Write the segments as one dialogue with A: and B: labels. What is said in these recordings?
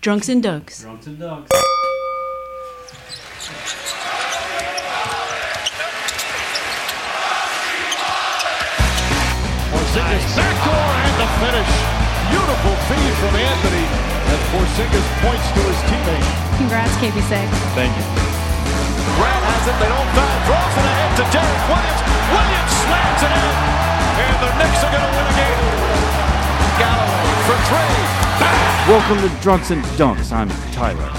A: Drunks and Dunks.
B: Drunks and Dunks.
C: Porzingis backdoor and the finish. Beautiful feed from Anthony as Porzingis points to his teammate.
D: Congrats, KB6.
C: Thank you. Grant has it. They don't foul. Draws it ahead to Derek Williams. Williams slams it in. And the Knicks are going to win a game. Galloway for three. Bang!
E: Welcome to Drunks and Dunks. I'm Tyler,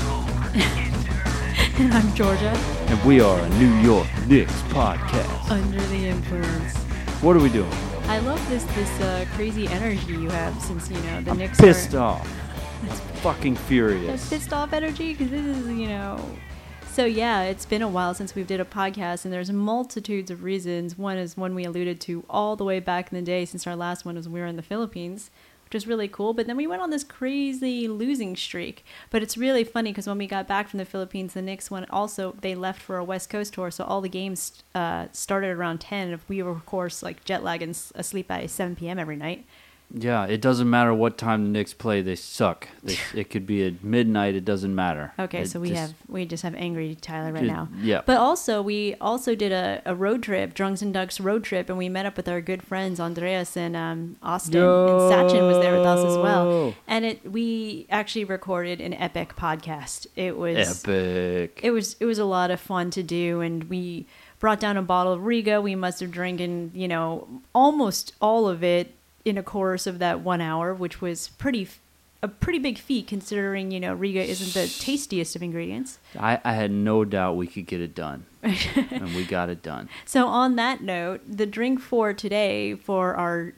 D: And I'm Georgia.
E: and we are a New York Knicks podcast.
D: Under the influence.
E: What are we doing?
D: I love this this uh, crazy energy you have since you know the
E: I'm
D: Knicks
E: pissed
D: are
E: off. I'm fucking
D: that
E: furious.
D: pissed off energy because this is you know. So yeah, it's been a while since we did a podcast, and there's multitudes of reasons. One is one we alluded to all the way back in the day, since our last one was when we were in the Philippines, which was really cool. But then we went on this crazy losing streak. But it's really funny because when we got back from the Philippines, the Knicks one also they left for a West Coast tour, so all the games uh, started around ten. And we were of course like jet lag and s- asleep by seven p.m. every night.
E: Yeah, it doesn't matter what time the Knicks play. They suck. They, it could be at midnight. It doesn't matter.
D: Okay,
E: It
D: so we
E: just-
D: have we just have angry Tyler right
E: Ju-
D: now.
E: yeah.
D: But also we also did a, a road trip, drunks and ducks road trip, and we met up with our good friends Andreas and um, Austin and Sachin was there with us as well.
E: Yo.
D: And it we actually recorded an epic podcast. It was
E: epic.
D: it was it was a lot of fun to do, and we brought down a bottle of Riga. We must have drinking, you know, almost all of it in a course of that one hour, which was pretty f- a pretty big feat considering you know Riga isn't the tastiest of ingredients.
E: I, I had no doubt we could get it done, and we got it done.
D: So on that note, the drink for today for our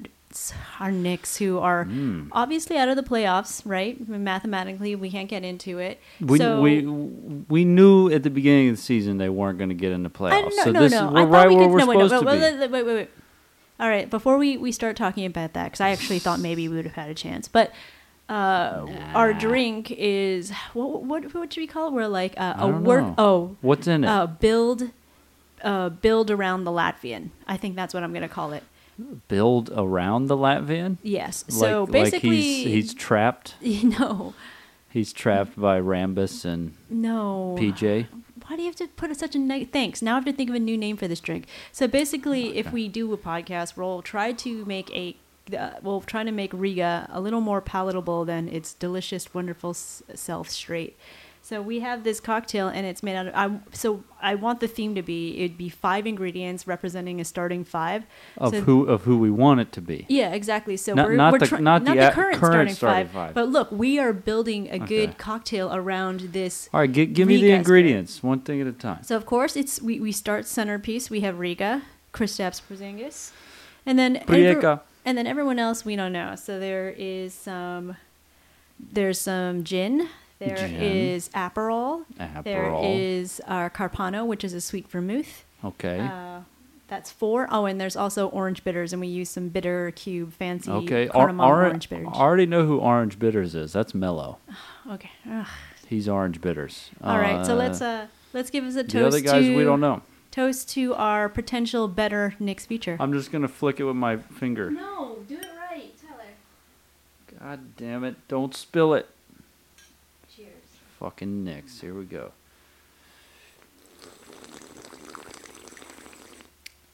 D: our Knicks who are
E: Mm.
D: obviously out of the playoffs, right? Mathematically, we can't get into it.
E: We,
D: so,
E: we we knew at the beginning of the season they weren't going to get in the playoffs.
D: I don't know.
E: so
D: no,
E: this
D: no.
E: we're
D: I thought
E: right
D: we
E: where
D: could,
E: we're
D: no, wait,
E: supposed
D: no,
E: to
D: wait,
E: be.
D: Wait, wait, wait, wait. All right. Before we, we start talking about that, because I actually thought maybe we would have had a chance, but uh, our drink is what, what what should we call it? We're like uh,
E: I
D: a
E: don't
D: work.
E: know.
D: Oh,
E: What's in it?
D: uh, build, uh, build around the Latvian. I think that's what I'm gonna call it.
E: Build around the Latvian.
D: Yes. So
E: like,
D: basically,
E: like he's he's trapped.
D: you know,
E: He's trapped by Rambus and
D: no.
E: PJ.
D: why do you have to put such a neg- thanks now i have to think of a new name for this drink so basically
E: Mm,
D: if we do a podcast we'll try to make a uh, we'll try to make riga a little more palatable than its delicious wonderful s- self straight so we have this cocktail and it's made out of I, so i want the theme to be it'd be five ingredients representing a starting five
E: Of
D: so
E: who of who we want it to be.
D: yeah, exactly. So
E: Not-
D: we're,
E: not
D: we're
E: the-
D: try-
E: not the ac-
D: current,
E: current
D: starting,
E: starting
D: five,
E: five.
D: But look, we are building a
E: Okay.
D: good cocktail around this.
E: All right, gi- give me the
D: Riga spirit.
E: ingredients, one thing at a time.
D: So of course it's we, we start centerpiece. We have Riga, Kristaps Porzingis, and then every-
E: Prieka.
D: and then everyone else we don't know. So there is some there's some gin. There is
E: Gin.
D: Aperol. There
E: Aperol.
D: is our Carpano, which is a sweet vermouth.
E: Okay.
D: Uh, that's four. Oh, and there's also orange bitters, and we use some bitter cube fancy
E: okay. Ar-
D: cardamom
E: ar-
D: orange bitters.
E: I already know who Orange Bitters is. That's Mellow.
D: okay. Ugh.
E: He's Orange Bitters.
D: All right. So let's uh let's give us a toast
E: the other guys
D: to
E: we don't know.
D: toast to our potential better Knicks future.
E: I'm just gonna flick it with my finger.
D: no, do it right, Tyler.
E: God damn it! Don't spill it.
D: Cheers.
E: Fucking Knicks. Here we go.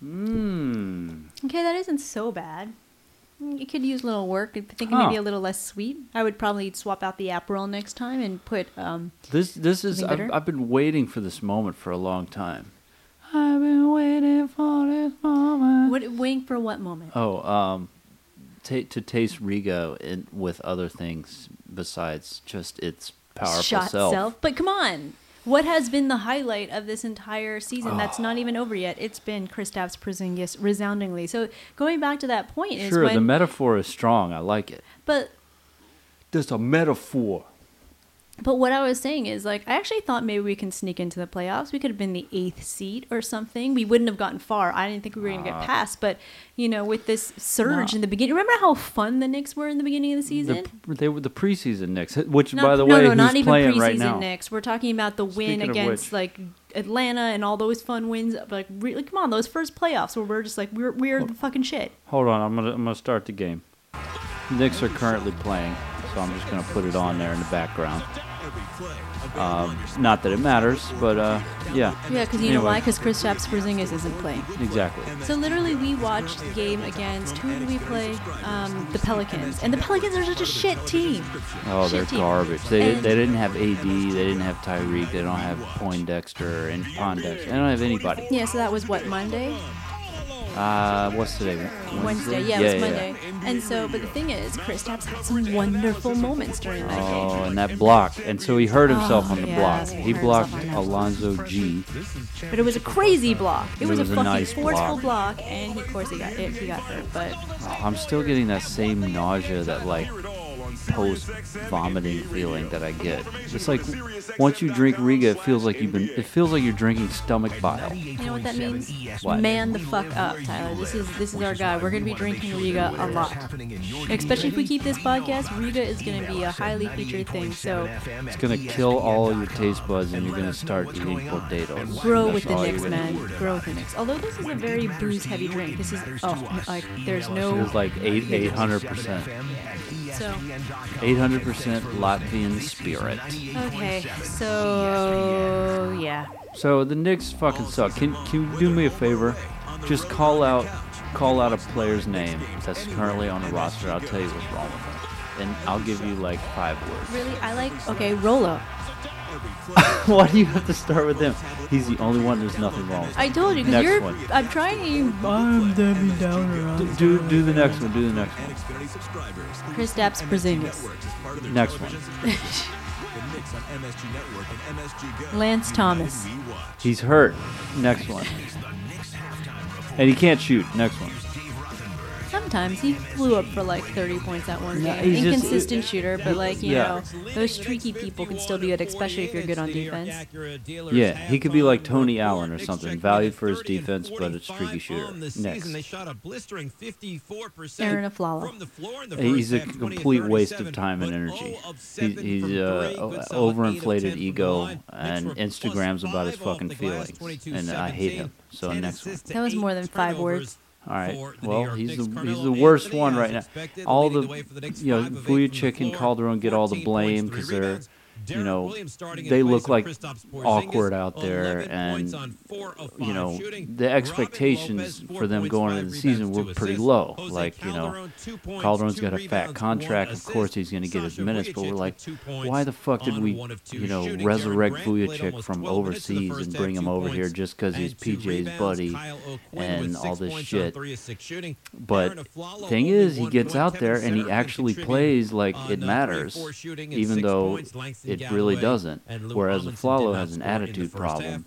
E: Mmm.
D: Okay, that isn't so bad. Mm, You could use a little work. I'm thinking
E: Huh.
D: maybe a little less sweet. I would probably swap out the Aperol next time and put um
E: This this is
D: Something
E: I've,
D: better?
E: I've been waiting for this moment for a long time. I've been waiting for this moment.
D: what waiting for what moment?
E: Oh, um, ta to taste Rigo in, with other things besides just its powerful
D: shot
E: self.
D: But come on. What has been the highlight of this entire season
E: Ah.
D: that's not even over yet? It's been Kristaps Porzingis resoundingly. So going back to that point is
E: Sure,
D: when
E: the metaphor is strong. I like it.
D: but
E: Just a metaphor.
D: but what I was saying is like I actually thought maybe we can sneak into the playoffs. We could have been the 8th seed or something. We wouldn't have gotten far. I didn't think we were going to
E: Uh-huh.
D: get past, but you know, with this surge in the beginning. Remember how fun the Knicks were in the beginning of the season?
E: The, they were the preseason Knicks, which
D: Not-
E: by the
D: no,
E: way,
D: no,
E: who's
D: not even
E: playing
D: preseason
E: right now?
D: Knicks. We're talking about the win
E: Speaking of
D: against
E: which.
D: like Atlanta and all those fun wins. Like, really, come on, those first playoffs where we're just like we're we're the fucking shit.
E: Hold on, I'm gonna I'm gonna start the game. Knicks are currently playing. so I'm just gonna put it on there in the background. Um, not that it matters, but uh, yeah,
D: Yeah, because you know
E: Anyway.
D: why? Because Chris Porzingis isn't playing.
E: exactly.
D: So literally, we watched the game against who did we play? Um, the Pelicans, and the Pelicans are such a shit team.
E: Oh,
D: Shit
E: they're
D: team.
E: garbage. They,
D: And-
E: they didn't have AD. They didn't have Tyreek. They don't have Poindexter and Pondexter. They don't have anybody.
D: Yeah, so that was what Monday,
E: Uh, what's today?
D: Wednesday. Yeah, it was Monday. And so, but the thing is, Chris had some wonderful moments during that game.
E: Oh, and that block. And so he hurt himself
D: Oh,
E: on the
D: yeah,
E: block.
D: he
E: He
D: hurt
E: blocked
D: himself on that.
E: Alonzo G.
D: But it was a crazy block. It,
E: It
D: was,
E: was
D: a
E: a
D: fucking
E: nice
D: forceful block.
E: block.
D: and he, of course he got it. He got hurt, but
E: Oh, I'm still getting that same nausea, that like post vomiting feeling that I get. It's like once you drink Riga, it feels like you've been. It feels like you're drinking stomach bile.
D: you know what that means?
E: What?
D: Man the fuck up, Tyler. This is this is our guy. We're gonna be drinking Riga a lot, especially if we keep this podcast. Riga is gonna be a highly featured thing. So
E: It's gonna kill all your taste buds, and you're gonna start eating potatoes.
D: grow
E: That's
D: with the
E: all you're
D: Knicks,
E: gonna
D: man. Grow with the Knicks. Although this is a very booze heavy drink. This is oh, like there's
E: It
D: no
E: was like eight eight hundred percent, E
D: so.
E: eight hundred percent Latvian spirit.
D: Okay, so yeah.
E: So the Knicks fucking suck. Can can you do me a favor? Just call out call out a player's name that's currently on the roster. I'll tell you what's wrong with them, and I'll give you like five words.
D: Really, I like okay Rolo.
E: Why do you have to start with him? He's the only one. There's nothing wrong. With.
D: I told you because
E: Next
D: you're.
E: one.
D: I'm trying uh, to. I'm Debbie Downer.
E: D- Do do the next one. Do the next one.
D: Chris Stapps Porzingis.
E: Next one.
D: Lance Thomas.
E: He's hurt. Next one. And he can't shoot. Next one.
D: Sometimes he flew up for like 30 points that one
E: No,
D: game.
E: he's just-
D: Inconsistent shooter, but like you
E: Yeah.
D: know, those streaky people can still be good, especially if you're good on defense.
E: Yeah, he could be like Tony Allen or something, valued for his defense, but a streaky shooter. Next.
D: Aaron Aflalo.
E: He's a complete waste of time and energy. He's, he's uh, o- overinflated ego, and Instagram's about his fucking feelings, and I hate him. So next one.
D: That was more than five words.
E: All right. Well, he's the, he's the worst one right now. All the, you know, Vujicic and Calderon get all the blame because they're, you know, they look like awkward out there, and you know, the expectations for them going into the season were pretty low. Like, you know, Calderon's got a fat contract. Of course, he's going to get his minutes, but we're like, why the fuck did we, you know, resurrect Vujicic from overseas and bring him over here just because he's PJ's buddy and all this shit? But thing is, he gets out there and he actually plays like it matters, even though it really doesn't. Whereas Aflalo has an attitude problem,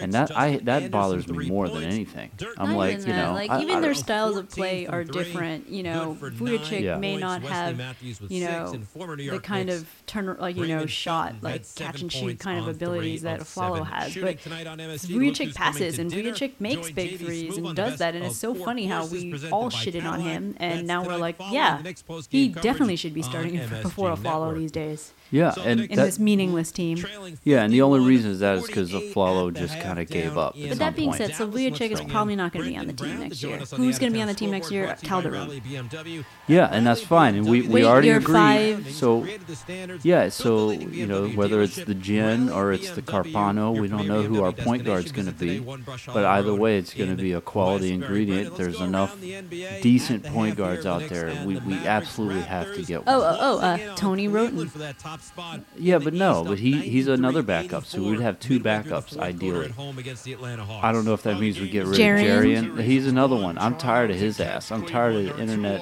E: and that I that bothers me more than anything. I'm
D: Not
E: like,
D: even
E: you
D: that,
E: know,
D: like
E: I-
D: even
E: I
D: their
E: don't-
D: styles of
F: 14
D: play
F: from
D: are
F: three,
D: different. You know,
F: good for nine
D: Vujicic
E: Yeah.
D: may
F: points.
D: not
F: Wesley
D: have,
F: Matthews with
D: you
F: six,
D: know,
F: and former New
D: the
F: York
D: kind
F: Knights
D: of turn, like you know,
F: Raymond
D: shot,
F: Felton had
D: like
F: seven
D: catch and shoot
F: points
D: kind of
F: on
D: abilities
F: three
D: that
F: of
D: Aflalo
F: seven.
D: has.
F: Shooting
D: But
F: tonight on MSG, look
D: Vujicic
F: who's coming
D: passes
F: to
D: and
F: dinner.
D: Vujicic makes
F: Join
D: big
F: JD
D: threes
F: Smooth on
D: and
F: the
D: does
F: best
D: that, and
F: of
D: it's so
F: four
D: funny how
F: courses
D: we
F: presented
D: all
F: by
D: shitted on
F: Powerline.
D: him,
F: That's
D: and now we're
F: tonight
D: like,
F: following
D: yeah,
F: the next post-game
D: he
F: coverage
D: definitely should be
F: on
D: starting
F: MSG
D: before Aflalo
F: Network.
D: these days
E: Yeah, and
D: in
E: that-
D: this meaningless team.
E: Yeah, and the only reason is that is 'cause Aflalo just kinda gave up at
D: But that being said, so Vujicic is probably not going to be on the team next year. Who's going to be on the team next year? Calderon.
E: yeah, and that's fine, and we, we
D: Wait,
E: already
D: you're
E: agreed.
D: five.
E: So yeah, so you know whether it's the Gin or it's the Carpano, we don't know who our point guard's going to be. But either way, it's going to be a quality ingredient. There's enough decent point guards out there. We we absolutely have to get one.
D: Oh, oh, oh, uh, Tony Roten.
E: Yeah, but no, but he he's another backup, so we'd have two backups ideally. I don't know if that means we get rid
D: Jarian.
E: of Jarian. He's another one. I'm tired of his ass. I'm tired of the internet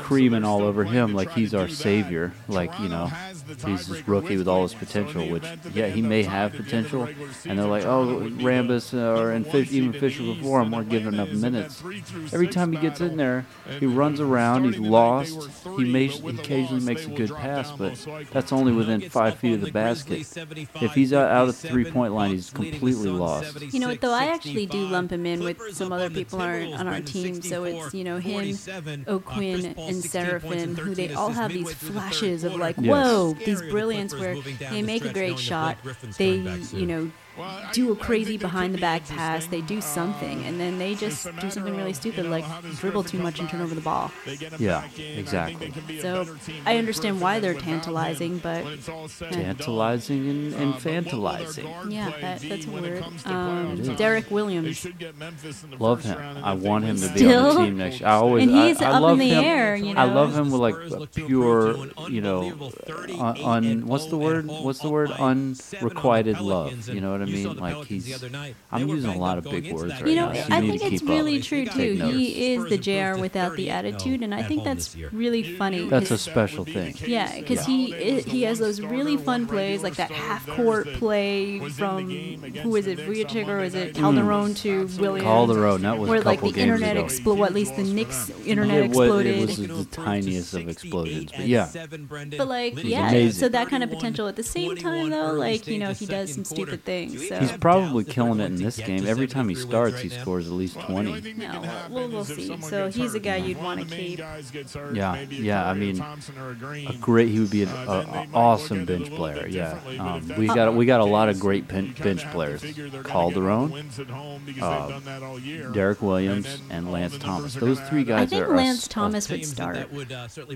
E: creaming all over him like he's our savior. Like, you know, he's this rookie with all his potential, which, yeah, he may have potential. And they're like, oh, Rambus uh, or and Fish, even Fisher before him weren't giving enough minutes. Every time he gets in there, he runs around, he's lost. He, may, he occasionally makes a good pass, but that's only within five feet of the basket. If he's out, out of the three point line, he's completely lost.
D: You know what, though? I actually do lump him in with some other people on our, on our team. So it's, you know, him, O'Quinn, and Seraphim, who they all have these flashes of like,
E: Yes.
D: whoa, these brilliance where they make a great shot. They, you know, do a crazy behind the back pass. They do something, and then they just do something really stupid, like dribble too much and turn over the ball.
E: Yeah, exactly.
D: So I understand why they're tantalizing, but eh.
E: Tantalizing and, and fantilizing.
D: yeah, that, that's a word. Um, Derek Williams,
E: Love him. I want him to be on
D: Still?
E: the team next. I always.
D: and he's
E: I, I
D: up
E: love
D: in the
E: him.
D: air. You know,
E: I love him with like a pure, you know, uh, un. What's the word? What's the word? Unrequited love. You know what I mean? Like he's. I'm using a lot of big words right
D: You know,
E: now. so
D: I
E: you need
D: think
E: to
D: it's
E: keep up.
D: really true
F: Take
D: too.
E: notes.
D: He is the JR without the attitude, and I think that's really funny.
E: That's a
D: 'cause-
E: special thing.
D: yeah, because he i he has those really fun plays, like that half court play from who is it, Vujicic or is it Calderon to Williams?
E: Calderon, that was a
D: where like
E: couple
D: the
E: games
D: internet
E: ago.
D: exploded. At least the Knicks internet
E: It was,
D: exploded.
E: it was the tiniest of explosions, but yeah,
D: but like, yeah,
E: amazing.
D: so that kind of potential. At the same time, though, like you know, he does some stupid things. So
E: he's probably killing it in this game. Every time he starts, he scores at least twenty.
D: no, we'll, we'll see. So he's a guy you'd want to keep.
E: Yeah, yeah, I mean,
G: a
E: a uh, great. He would be an a, a awesome bench player. Yeah, um, we got we got a lot of great ben, bench players. Calderon, uh, Derek Williams, and Lance Thomas. Those three
D: I
E: guys
D: think
E: are. a
D: Lance
E: s- a-
D: Thomas would uh, start.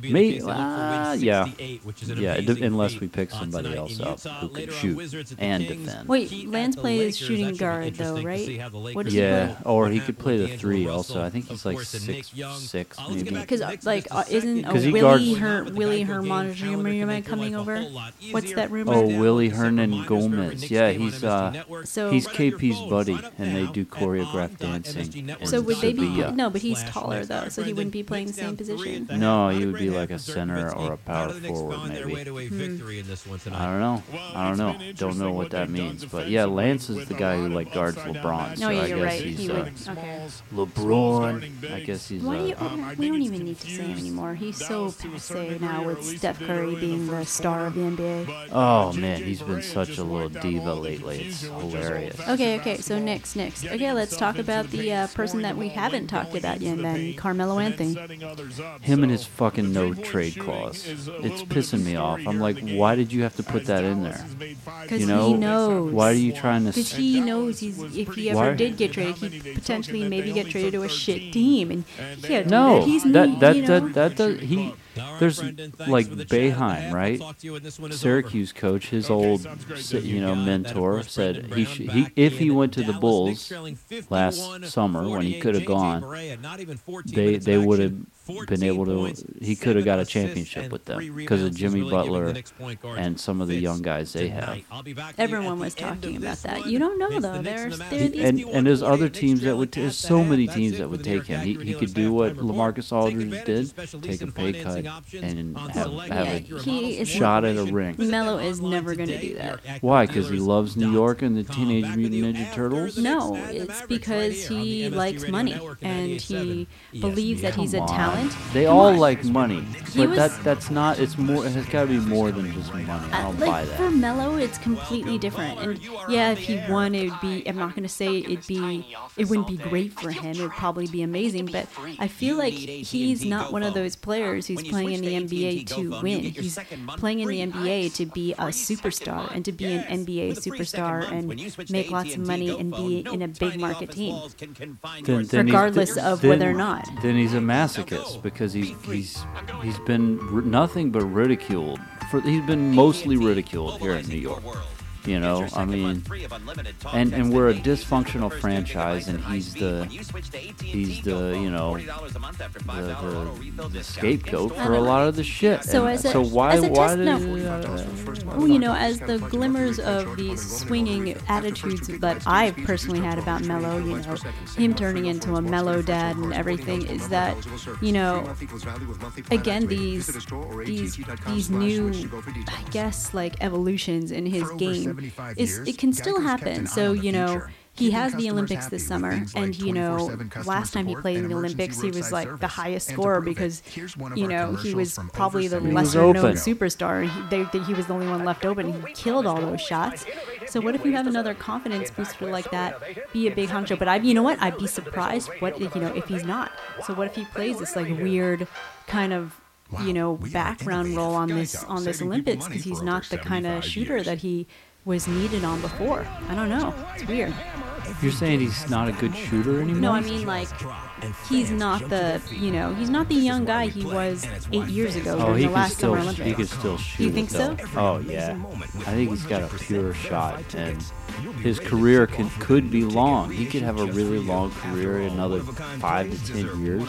E: Me-
F: Me,
E: ah, yeah.
F: yeah,
E: Yeah, it
F: yeah.
E: d-
F: Unless we
D: uh,
F: pick somebody else up who can shoot and defend.
D: Wait, Lance plays shooting guard, though, right? What does he
E: Yeah, or he could play the three also. I think he's like six, six
D: Uh,
E: maybe.
D: Because like, uh, isn't a
E: 'Cause he
D: Willie
E: guards-
D: her Willie Hermann coming over? What's that rumor?
E: Oh, Willie Hernan Gomez. Yeah, he's uh,
D: So-
E: he's KP's buddy, and they do
F: um,
E: choreographed dancing.
D: So
E: and
D: would they be?
E: Sevilla.
D: No, but he's taller though, so he wouldn't be playing the same position.
E: No, he would be like a center or a power forward, maybe.
D: Hmm.
E: I don't know. I don't know. Don't know what that means. But yeah, Lance is the guy who like guards LeBron. So
D: No, yeah,
E: I
D: you're
E: guess
D: right.
E: he's
D: He
E: uh,
D: would. Okay.
E: LeBron. I guess he's
D: Why do you?
E: uh,
D: oh, we don't even need to say him anymore. He's so passe now with Steph Curry being the star of the NBA.
E: Oh man, he's been such a little diva lately. It's hilarious.
D: Okay, okay. So next, next. Okay, let's talk about the uh, person that we haven't talked about yet, then Carmelo Anthony.
E: Him and his fucking no trade clause. It's pissing me off. I'm like, why did you have to put that in there?
D: Because
E: You know,
D: he knows.
E: why are you trying to?
D: Because
E: s-
D: he knows he's if he ever
E: Why-
D: did get traded, he potentially maybe get traded to a shit team, and he can't do
E: No,
D: that. he's
E: that
D: neat,
E: that
D: you know?
E: that that does he. There's like Beheim, right? Syracuse coach, his old, s- you know, mentor said he, sh- he if he went to the Bulls last summer when he could have gone,
F: they they would have been able to. He could have got a championship with them because of Jimmy Butler and some of the young guys they have.
D: Everyone was talking about that. You don't know, though. There's- there are these-
F: and and there's other teams that would. There's so many teams that would take him. He, he could do what Lamarcus Aldridge did, take a pay cut, and have, have
D: Yeah,
F: a
D: he is-
F: shot at a ring.
D: Melo is never gonna do that.
F: Why? Because he loves New York and the Teenage
E: Back with you
F: Mutant Ninja
E: after
F: Turtles.
E: the
D: No, it's because he likes money and he believes that he's a
E: Come on.
D: talent.
E: They
D: Come
E: all
D: on.
E: like money,
D: He
E: but
D: was-
E: that that's not. It's more. It has got to be more than just money. I
D: Uh,
E: don't buy
D: like for
E: that.
D: Mello, it's completely different. And yeah, if he won, it would be. I'm not gonna say it'd be. It wouldn't be great for him. It'd probably be amazing. But I feel like he's not one of those players who's playing in the NBA to win. He's playing in the NBA to be a superstar and to be an NBA superstar and make lots of money and be in a big market team.
E: Then- then he's-
D: regardless
E: then-
D: of whether or not.
E: Then he's a masochist because he's he's he's been r- nothing but ridiculed. For he's been mostly ridiculed here in New York. You know, I mean,
H: and and we're a dysfunctional franchise, and he's the he's the you know
E: the-
H: the,
E: the
H: the
E: scapegoat
D: I
E: for a
D: don't
E: lot of the shit.
D: So
E: And
D: as a-
E: so why
D: as a
E: why
D: test-
E: did
D: no.
E: uh,
D: Well, you know, as the glimmers of the swinging attitudes that I personally had about Mello, you know, him turning into a Mello dad and everything, is that, you know, again these these these new, I guess, like evolutions in his game, is it can still happen. So you know. He has the Olympics this summer, and you know, last time he played in the Olympics, he was like the highest scorer because, you know, he was probably the
E: He was
D: lesser known
E: open.
D: superstar. He, they, they, he was the only one left open. He killed all those shots. So what if you have another confidence booster like that? Be a big honcho. But I, you know what? I'd be surprised. What you know if he's not? So what if he plays this like weird kind of you know background role on this on this Olympics because he's not the kind of shooter that he was needed on before. I don't know. It's weird.
E: You're saying he's not a good shooter anymore?
D: No, I mean like he's not the you know he's not the young guy he was eight years ago
E: Oh,
D: during
E: he
D: the
E: can
D: last
E: still
D: Summer
E: he can
D: Olympics.
E: still shoot.
D: you think
E: though.
D: so?
E: Oh yeah, I think he's got a pure shot, and his career can, could be long. He could have a really long career, another five to ten years.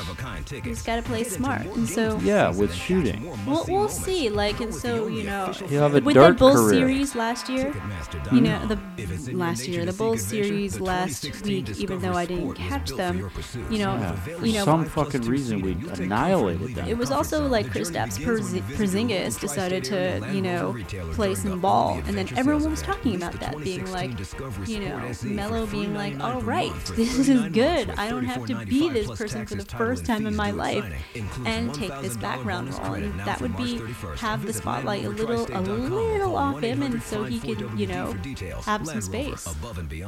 D: He's got to play smart, and so
E: Yeah, with shooting,
D: we'll, we'll see. Like, and so you know,
E: he'll have a
D: with
E: dirt
D: the Bulls
E: career.
D: series last year, you know, the last year, the Bulls series last week, even though I didn't catch them, you know,
E: Yeah. For
D: you know,
E: some fucking reason, we annihilated them.
D: It was also like Kristaps Porzi- Porzingis decided to, you know, play some ball, and then everyone was talking about that, being like, you know, Melo being like, "All right, this is good. I don't have to be this person for the first time in my life and take this background role." And that would be have the spotlight a little, a little off him, and so he could, you know, have some space.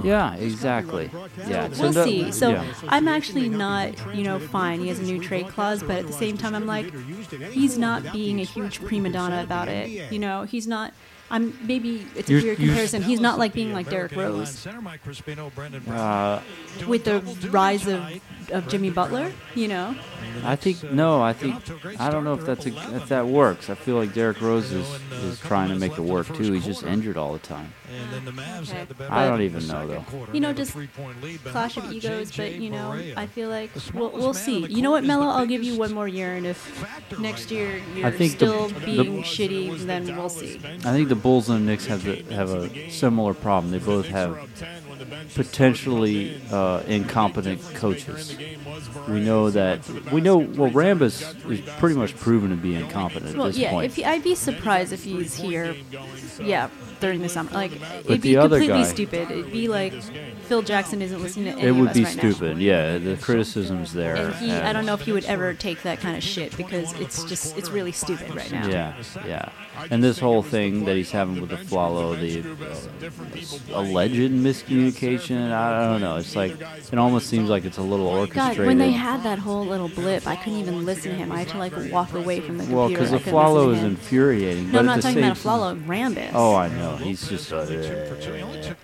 E: yeah, exactly. Yeah,
D: We'll
E: no-
D: see. So
E: yeah.
D: I'm actually not, you know, fine. He has a new trade clause, but at the same time, I'm like, he's not being a huge prima donna about it. You know, he's not. I'm maybe it's a
E: You're-
D: weird
E: you're-
D: comparison. He's not like being like Derrick Rose
E: Uh,
D: with the rise of of Jimmy Butler. You know,
E: I think no. I think I don't know if that's a, if that works. I feel like Derrick Rose is, is trying to make it work too. He's just injured all the time.
B: And then the Mavs
D: Okay.
B: had the better
E: I don't
B: in
E: even
B: the
E: know,
B: second
E: though.
B: quarter.
D: You know,
B: They had a
D: just
B: three-point lead, but
D: clash
B: how
D: of
B: about
D: egos. But
B: J.J.
D: you know,
B: Barea?
D: I feel like
B: The
D: we'll, we'll
B: smallest man on
D: see.
B: the
D: You know what,
B: court is the
D: Mello? I'll give you
B: biggest
D: one more year, and if
B: factor
D: next
B: right
D: year you're
E: I think the-
D: still
E: the-
D: being shitty, then we'll see.
E: I think the Bulls and the Knicks have the, have a similar problem. They both have potentially uh, incompetent coaches. We know that. We know. Well, Rambis is pretty much proven to be incompetent at
D: Well,
E: this
D: yeah,
E: point.
D: if he, I'd be surprised if he's here, yeah, during the summer. Like, it'd be
E: the other
D: completely
E: guy-
D: stupid. It'd be like Phil Jackson isn't listening to any
E: it
D: of
E: would
D: us
E: be
D: right
E: stupid. Yeah, the criticism's there.
D: Now. And he,
E: and-
D: I don't know if he would ever take that kind of shit because it's just, it's really stupid right now.
E: Yeah, yeah. And this whole thing that he's having with the Flalo, the uh, this alleged miscommunication, I don't know. It's like, it almost seems like it's a little
D: Oh God,
E: orchestrated.
D: when they had that whole little blip, I couldn't even listen to him. I had to like walk away from the computer.
E: well, because
D: because
E: the Flalo is infuriating.
D: No, I'm
E: but at
D: not
E: the
D: talking
E: same
D: about a Flalo. Rambis.
E: Oh, I know. He's just. Uh,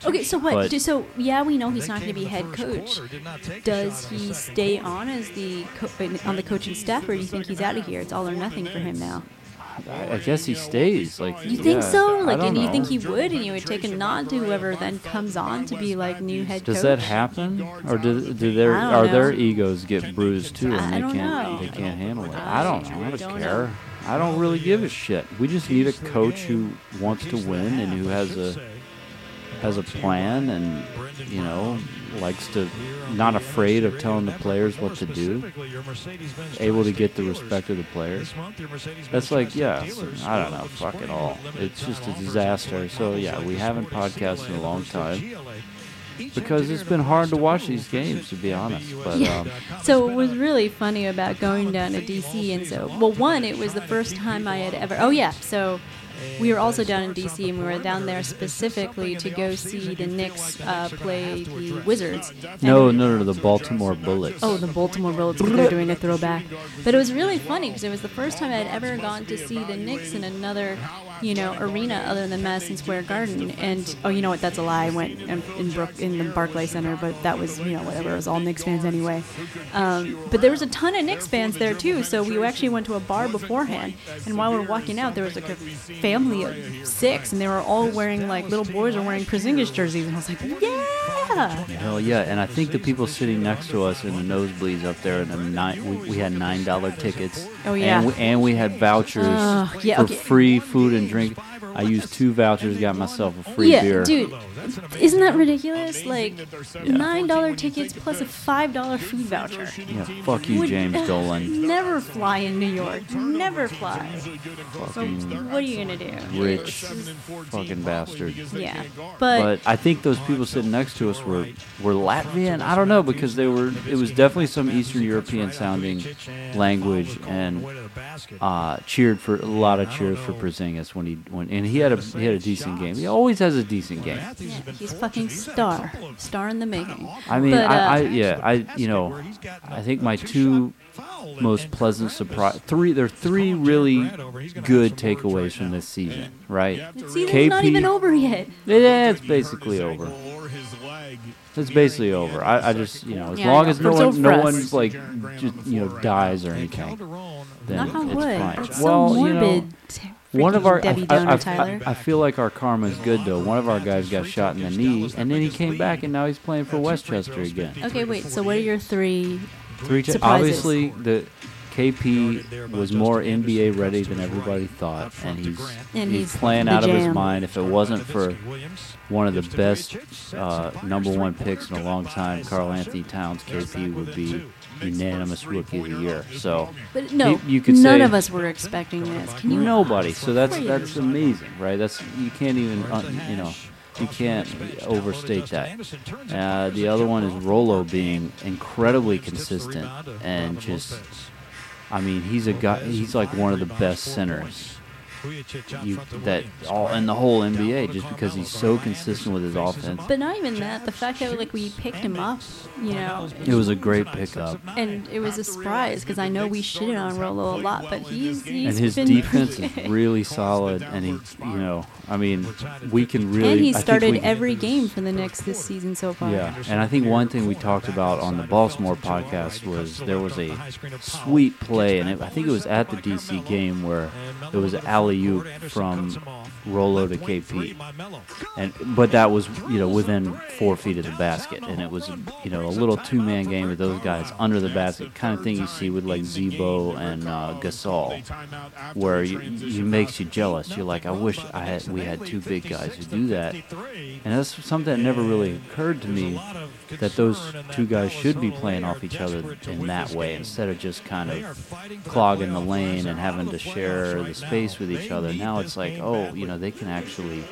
D: Okay, so what?
E: But-
D: do- so yeah, we know he's not
B: They
D: going to
B: came
D: be
B: in the
D: head
B: first
D: coach.
B: quarter, did not take a
D: Does
B: shot in the
D: he
B: second
D: stay on as the co- on the coaching staff, or do you think he's out of here? It's all or nothing for him now.
E: I I guess he stays. Like
D: You think
E: yeah,
D: so?
E: I
D: Like,
E: don't
D: and you
E: know.
D: think he would, and he would take a nod to whoever then comes on to be like new head
E: Does
D: coach?
E: that happen, or do, do their
D: I don't
E: are
D: know.
E: their egos get bruised too,
D: I
E: and they
D: don't know.
E: can't they can't handle it?
D: I
E: I
D: don't
E: don't know. I
D: know.
E: don't
D: Don't
E: care.
D: know.
E: I don't really give a shit. We just need a coach who wants to win and who has a has a plan and you know likes to not afraid of telling the players what to do, able to get the respect of the players. That's like yeah, it's- I don't know, fuck it all. It's just a disaster. So yeah, we haven't podcasted in a long time because it's been hard to watch these games to be honest. But
D: Yeah.
E: um,
D: So what was really funny about going down to DC and so well one it was the first time I had ever oh yeah so we were also down in DC and we were down there specifically to go see the Knicks uh, play the Wizards. And-
E: no, no, no, the Baltimore Bullets.
D: Oh, the Baltimore Bullets. They're doing a throwback, but it was really funny because it was the first time I'd ever gone to see the Knicks in another, you know, arena other than Madison Square Garden. And oh, you know what? That's a lie. I went in, in Brook in the Barclay Center, but that was you know whatever. It was all Knicks fans anyway. Um, but there was a ton of Knicks fans there too. So we actually went to a bar beforehand, and while we were walking out, there was like a family of six, and they were all wearing like little boys are wearing Porzingis jerseys, and I was like, yeah.
E: Hell yeah! And I think the people sitting next to us in the nosebleeds up there, and the nine, we, we had nine dollar tickets.
D: Oh, yeah.
E: And we, and we had vouchers
D: Ugh, yeah,
E: for
D: okay.
E: free food and drink. I used two vouchers, got myself a free
D: yeah,
E: beer.
D: dude, isn't that ridiculous? Like nine dollar tickets plus a five dollar food voucher.
E: Yeah, fuck you,
D: Would-
E: James Dolan.
D: Never fly in New York. Never fly. So what are you gonna do?
E: Rich fucking bastard.
D: Yeah, but,
E: But I think those people sitting next to us were were Latvian. I don't know because they were. It was definitely some Eastern European sounding language, and uh, cheered for a lot of cheers for Porzingis when he when and he had a he had a decent game. He always has a decent game.
D: Yeah, he's fucking star, star in the making.
E: I mean,
D: But,
E: I, I
D: uh,
E: yeah, I you know, I think my two most pleasant surprise three there are three really good takeaways from this season, right?
D: The season's not even over yet.
E: Yeah, it's basically over. It's basically over. I, I just you know, as long as no
D: I'm so
E: one no
D: impressed.
E: one's like just, you know dies or anything, then
D: Knock on
E: it's
D: wood.
E: fine.
D: That's
E: well,
D: so morbid.
E: you know,
D: t-
E: one of
D: freaking
E: our
D: Debbie
E: I,
D: Downer
E: I- I-
D: Tyler.
E: I feel like our karma is good though. One of our guys got shot in the knee, and then he came back, and now he's playing for Westchester again.
D: okay, wait. So what are your three?
E: Three t-
D: Surprises.
E: obviously the KP was more NBA ready than everybody thought, and he's
D: And
E: he's
D: he's
E: playing
D: the
E: out of his
D: jam.
E: mind. If it wasn't for one of the best uh, number one picks in a long time, Carl Anthony Towns, KP would be unanimous rookie of the year. So
D: But no,
E: You- you could
D: none
E: say-
D: of us were expecting this. Can you?
E: nobody. So that's
D: Right.
E: that's amazing, right? That's you can't even uh, you know you can't overstate that. Uh, the other one is Rolo being incredibly consistent and just I mean he's a guy he's like one of the best centers you, that all in the whole NBA just because he's so consistent with his offense.
D: But not even that. The fact that like we picked him up, you know,
E: It was a great pickup.
D: and it was a surprise because I know we shitted on Rolo a lot, but he's, he's
E: And his
D: been,
E: defense is really solid, and he, you know, I mean, we can really.
D: and he
E: I think
D: started
E: we-
D: every game for the Knicks this season so far.
E: Yeah, and I think one thing we talked about on the Baltimore podcast was there was a sweet play, and it, I think it was at the DC game where it was an alley oop from Rolo to KP, and but that was you know within four feet of the basket, and it was you know a little two man game with those guys under the basket, kind of thing you see with like Zebo and uh, Gasol, where you, you makes you jealous. You're like, I wish I had we had two big guys who do that, and that's something that never really occurred to me that those two guys should be playing off each other in that way instead of just kind of clogging the lane and having to share the space with each other. Now it's like, oh, you know, they can actually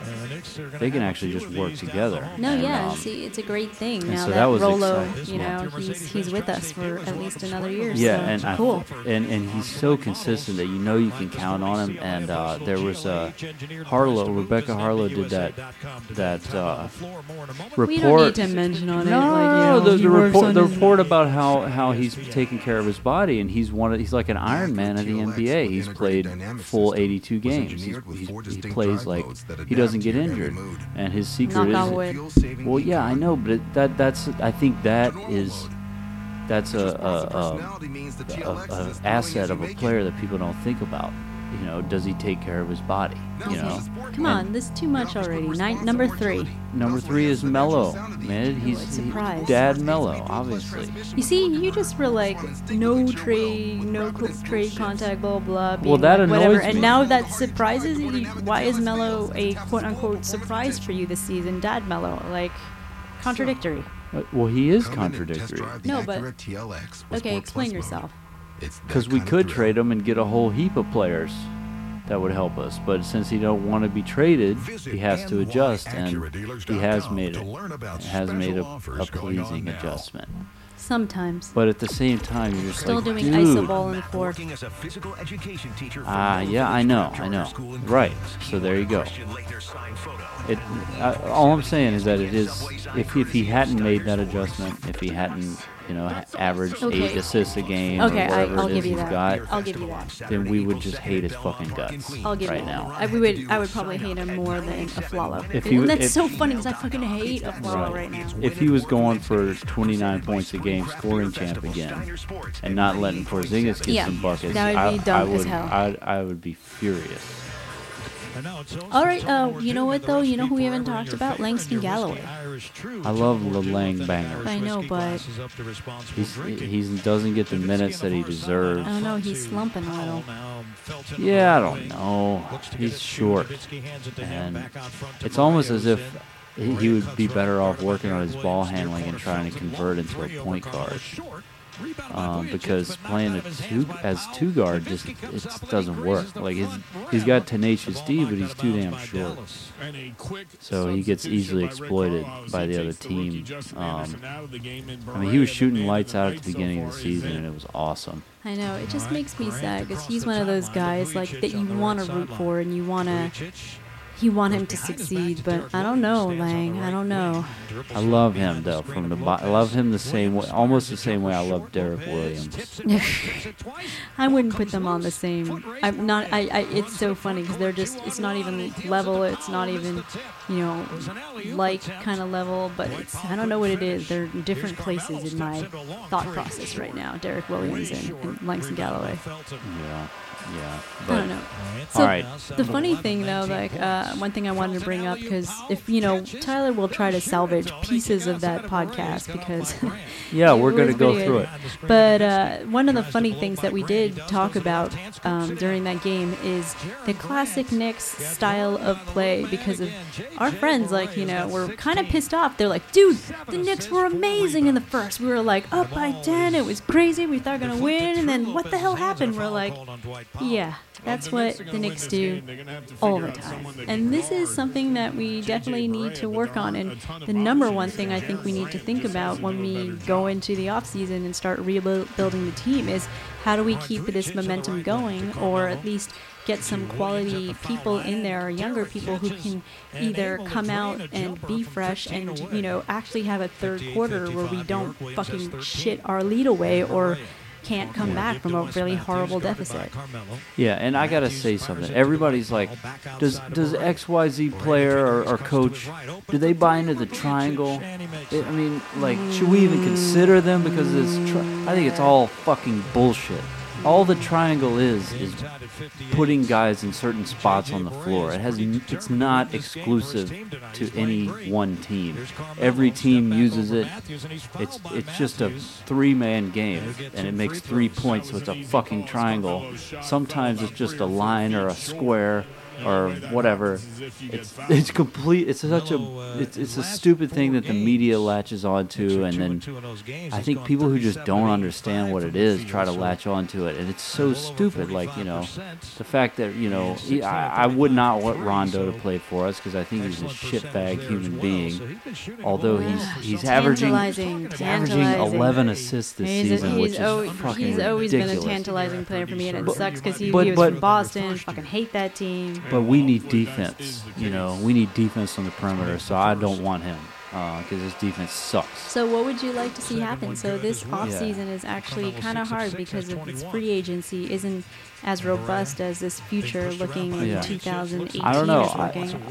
E: they can actually just work together.
D: No,
E: And,
D: yeah,
E: um,
D: see, it's a great thing now
E: so
D: that,
E: that was
D: Rolo,
E: exciting.
D: you know, he's, he's with us for at least another year.
E: yeah,
D: so
E: and I,
D: cool.
E: and and he's so consistent that you know you can count on him. And uh, there was uh, Harlow, Rebecca Harlow did that that uh, report.
D: we don't need to mention on it.
E: No,
D: like, you
E: no,
D: know,
E: the,
D: he
E: the
D: works on
E: report, the
D: his-
E: report about how, how he's taking care of his body, and he's one of, he's like an Iron Man of the NBA. He's played full 82 games. He's, he's, he plays like he doesn't get injured, and his secret
D: Knock on
E: is.
D: wood.
E: Well, yeah, I know, but it, that that's I think that is uh, that's a, a, a, a, a uh, asset of a player that people don't think about. You know, does he take care of his body? You know.
D: Come on, this is too much already. Nine, number three.
E: Number three is Mello, man. He's
D: it's
E: he-
D: surprise.
E: Dad Mello, obviously.
D: You see, you just were like, no trade, no co- trade contact, blah blah. being
E: that
D: like, whatever.
E: annoys me.
D: And now that surprises you. Why is Mello a quote unquote surprise for you this season, Dad Mello? Like, contradictory.
E: Uh, Well, he is contradictory
D: No, but- Okay, explain yourself.
E: because we could trade him and get a whole heap of players that would help us. But since he don't want to be traded, he has to adjust, and he has made it has made a, a pleasing adjustment.
D: Sometimes.
E: But at the same time, you're just
D: Still
E: like,
D: doing
E: dude,
D: iso ball in the fourth.
I: Working as a physical education teacher for
E: Ah,
I: Milton
E: yeah, I
I: Village
E: know,
I: Charter
E: I know.
I: School in
E: Right.
I: Queens.
E: So there you go.
I: Christian Laettner signed photo.
E: It, I, all I'm saying is that it is if if he hadn't made that adjustment, if he hadn't you know ha- averaged eight
D: Okay.
E: assists a game
D: Okay,
E: or
D: I,
E: whatever
D: I'll
E: it is
D: give you
E: he's
D: that.
E: got,
D: I'll give you that.
E: then we would just hate his fucking guts
D: I'll give
E: right
D: you
E: now.
D: that. I, we would, I would probably hate him more than Aflalo.
E: If you-
D: and that's
E: if-
D: so funny because I fucking hate Aflalo right. now.
E: If he was going for 29 points a game, scoring champ again, and not letting Porzingis get
D: Yeah,
E: some buckets,
D: that would
E: I,
D: be
E: I
D: dumb as
E: would,
D: hell.
E: I, I would be furious.
D: All right, uh, you know what though? You know who we haven't talked about? Langston Galloway.
E: I love Lang Banger.
D: I know, but
E: He's, he doesn't get the minutes that he deserves.
D: I don't know. He's slumping a little.
E: Yeah, I don't know. He's short, and it's almost as if he he would be better off working on his ball handling and trying to convert into a point guard. um, because playing a two as two guard just it just doesn't work. Like he's he's got tenacious D, but he's too damn short.
G: So he gets easily exploited by the other team. Um, I mean, he was shooting lights out at the beginning of the season, and it
E: was awesome.
D: I know. It just
B: Alright,
D: makes me
B: Grant
D: sad because
B: across
D: he's
B: the
D: one of those
B: timeline to
D: guys like that
B: Vujicic
D: you
B: on the
D: want
B: right
D: to root
B: sideline.
D: for and you want to
B: Vujicic
D: you want him to
B: goes behind his
D: succeed,
B: back to
D: but
B: Derek
D: I don't
B: Williams,
D: know,
B: stands on
D: Lang.
B: the
D: I
B: right
D: don't
B: wing,
D: know.
B: dribbles
E: I love
B: behind
E: him
B: the
E: though.
B: screen
E: From
B: of
E: the bo- I
B: Lopez.
E: love him the same way,
B: Williams
E: almost the
B: fires a
E: same way I
B: jumper
E: love
B: short.
E: Derek
B: Lopez
E: Williams.
B: tips it back, tips it twice.
D: I wouldn't
B: Ball
D: put them
B: comes
D: on the
B: loose.
D: same.
B: Foot raised
D: I'm not. I.
B: Lopez.
D: I it's so
B: Runs
D: funny because they're just.
B: Two
D: It's
B: on
D: not
B: one,
D: even
B: and he deals
D: level.
B: it to
D: It's not
B: Powell,
D: even,
B: missed the tip.
D: you know,
B: There's an alley-oop
D: like
B: attempt.
D: kind of level. But
B: Dwight
D: it's.
B: Powell
D: I don't know what it
B: couldn't
D: is. They're
B: finish.
D: in different
B: Here's
D: places
B: Carmelo,
D: in my
B: steps into a long
D: thought
B: three.
D: process right now. Derek
B: Way
D: Williams and,
B: short.
D: and Langston
B: Rebound
D: Galloway.
B: Felton.
E: Yeah, yeah.
D: I
E: But
D: don't know.
E: All right.
D: The funny thing, though, like uh, one thing I wanted to bring up because if you know, Tyler will try to salvage pieces of that podcast because.
E: yeah,
D: it
E: we're gonna
D: was
E: go
D: pretty
E: through
D: good.
E: it.
D: But uh, one of the funny things that we did talk about um, during that game is the classic Knicks style of play because of our friends, like, you know, were kind of pissed off. They're like, dude, the Knicks were amazing in the first. We were like, up by 10. It was crazy. We thought we were going to win. And then what the hell happened? We're like, yeah, that's what the Knicks do all the time. And this is something that we definitely need to work on. And the number one thing I think we need to think about when we go into the offseason and start rebuilding the team is how do we keep this momentum going or at least get some quality people in there or younger people who can either come out and be fresh and you know actually have a third quarter where we don't fucking shit our lead away or can't come back from a really horrible deficit.
E: Yeah, and I gotta say something. Everybody's like, does does X Y Z player or, or coach do they buy into the triangle? I I mean, like, should we even consider them because it's? Tri- I think it's all fucking bullshit. All the triangle is is putting guys in certain spots on the floor. It has n- it's not exclusive to any one team. Every team uses it. It's it's just a three-man game, and it makes three points, so it's a fucking triangle. Sometimes it's just a line or a square or whatever. It's it's complete. It's such a it's it's a stupid thing that the media latches onto, and then I think people who just don't understand what it is try to latch onto it, and it's so stupid. Like you know, the fact that you know, he, I, I would not want Rondo to play for us because I think he's a shitbag human being. Although he's he's averaging
D: Tantalizing,
E: he's averaging
D: tantalizing.
E: 11 assists this
D: He's,
E: season,
D: he's,
E: which is
D: al-
E: fucking
D: he's always
E: ridiculous.
D: been a tantalizing player for me, and it
E: But-
D: sucks because he,
E: but-
D: he was
E: but-
D: from Boston. Fucking hate that team.
E: But we need defense. You know, we need defense on the perimeter, so I don't want him because his defense sucks.
D: So, what would you like to see happen? So, this
E: Yeah.
D: offseason is actually kind of hard because of its free agency isn't as robust as this future looking
E: Yeah.
D: 2018
E: I don't know.
D: is
E: I,
D: looking.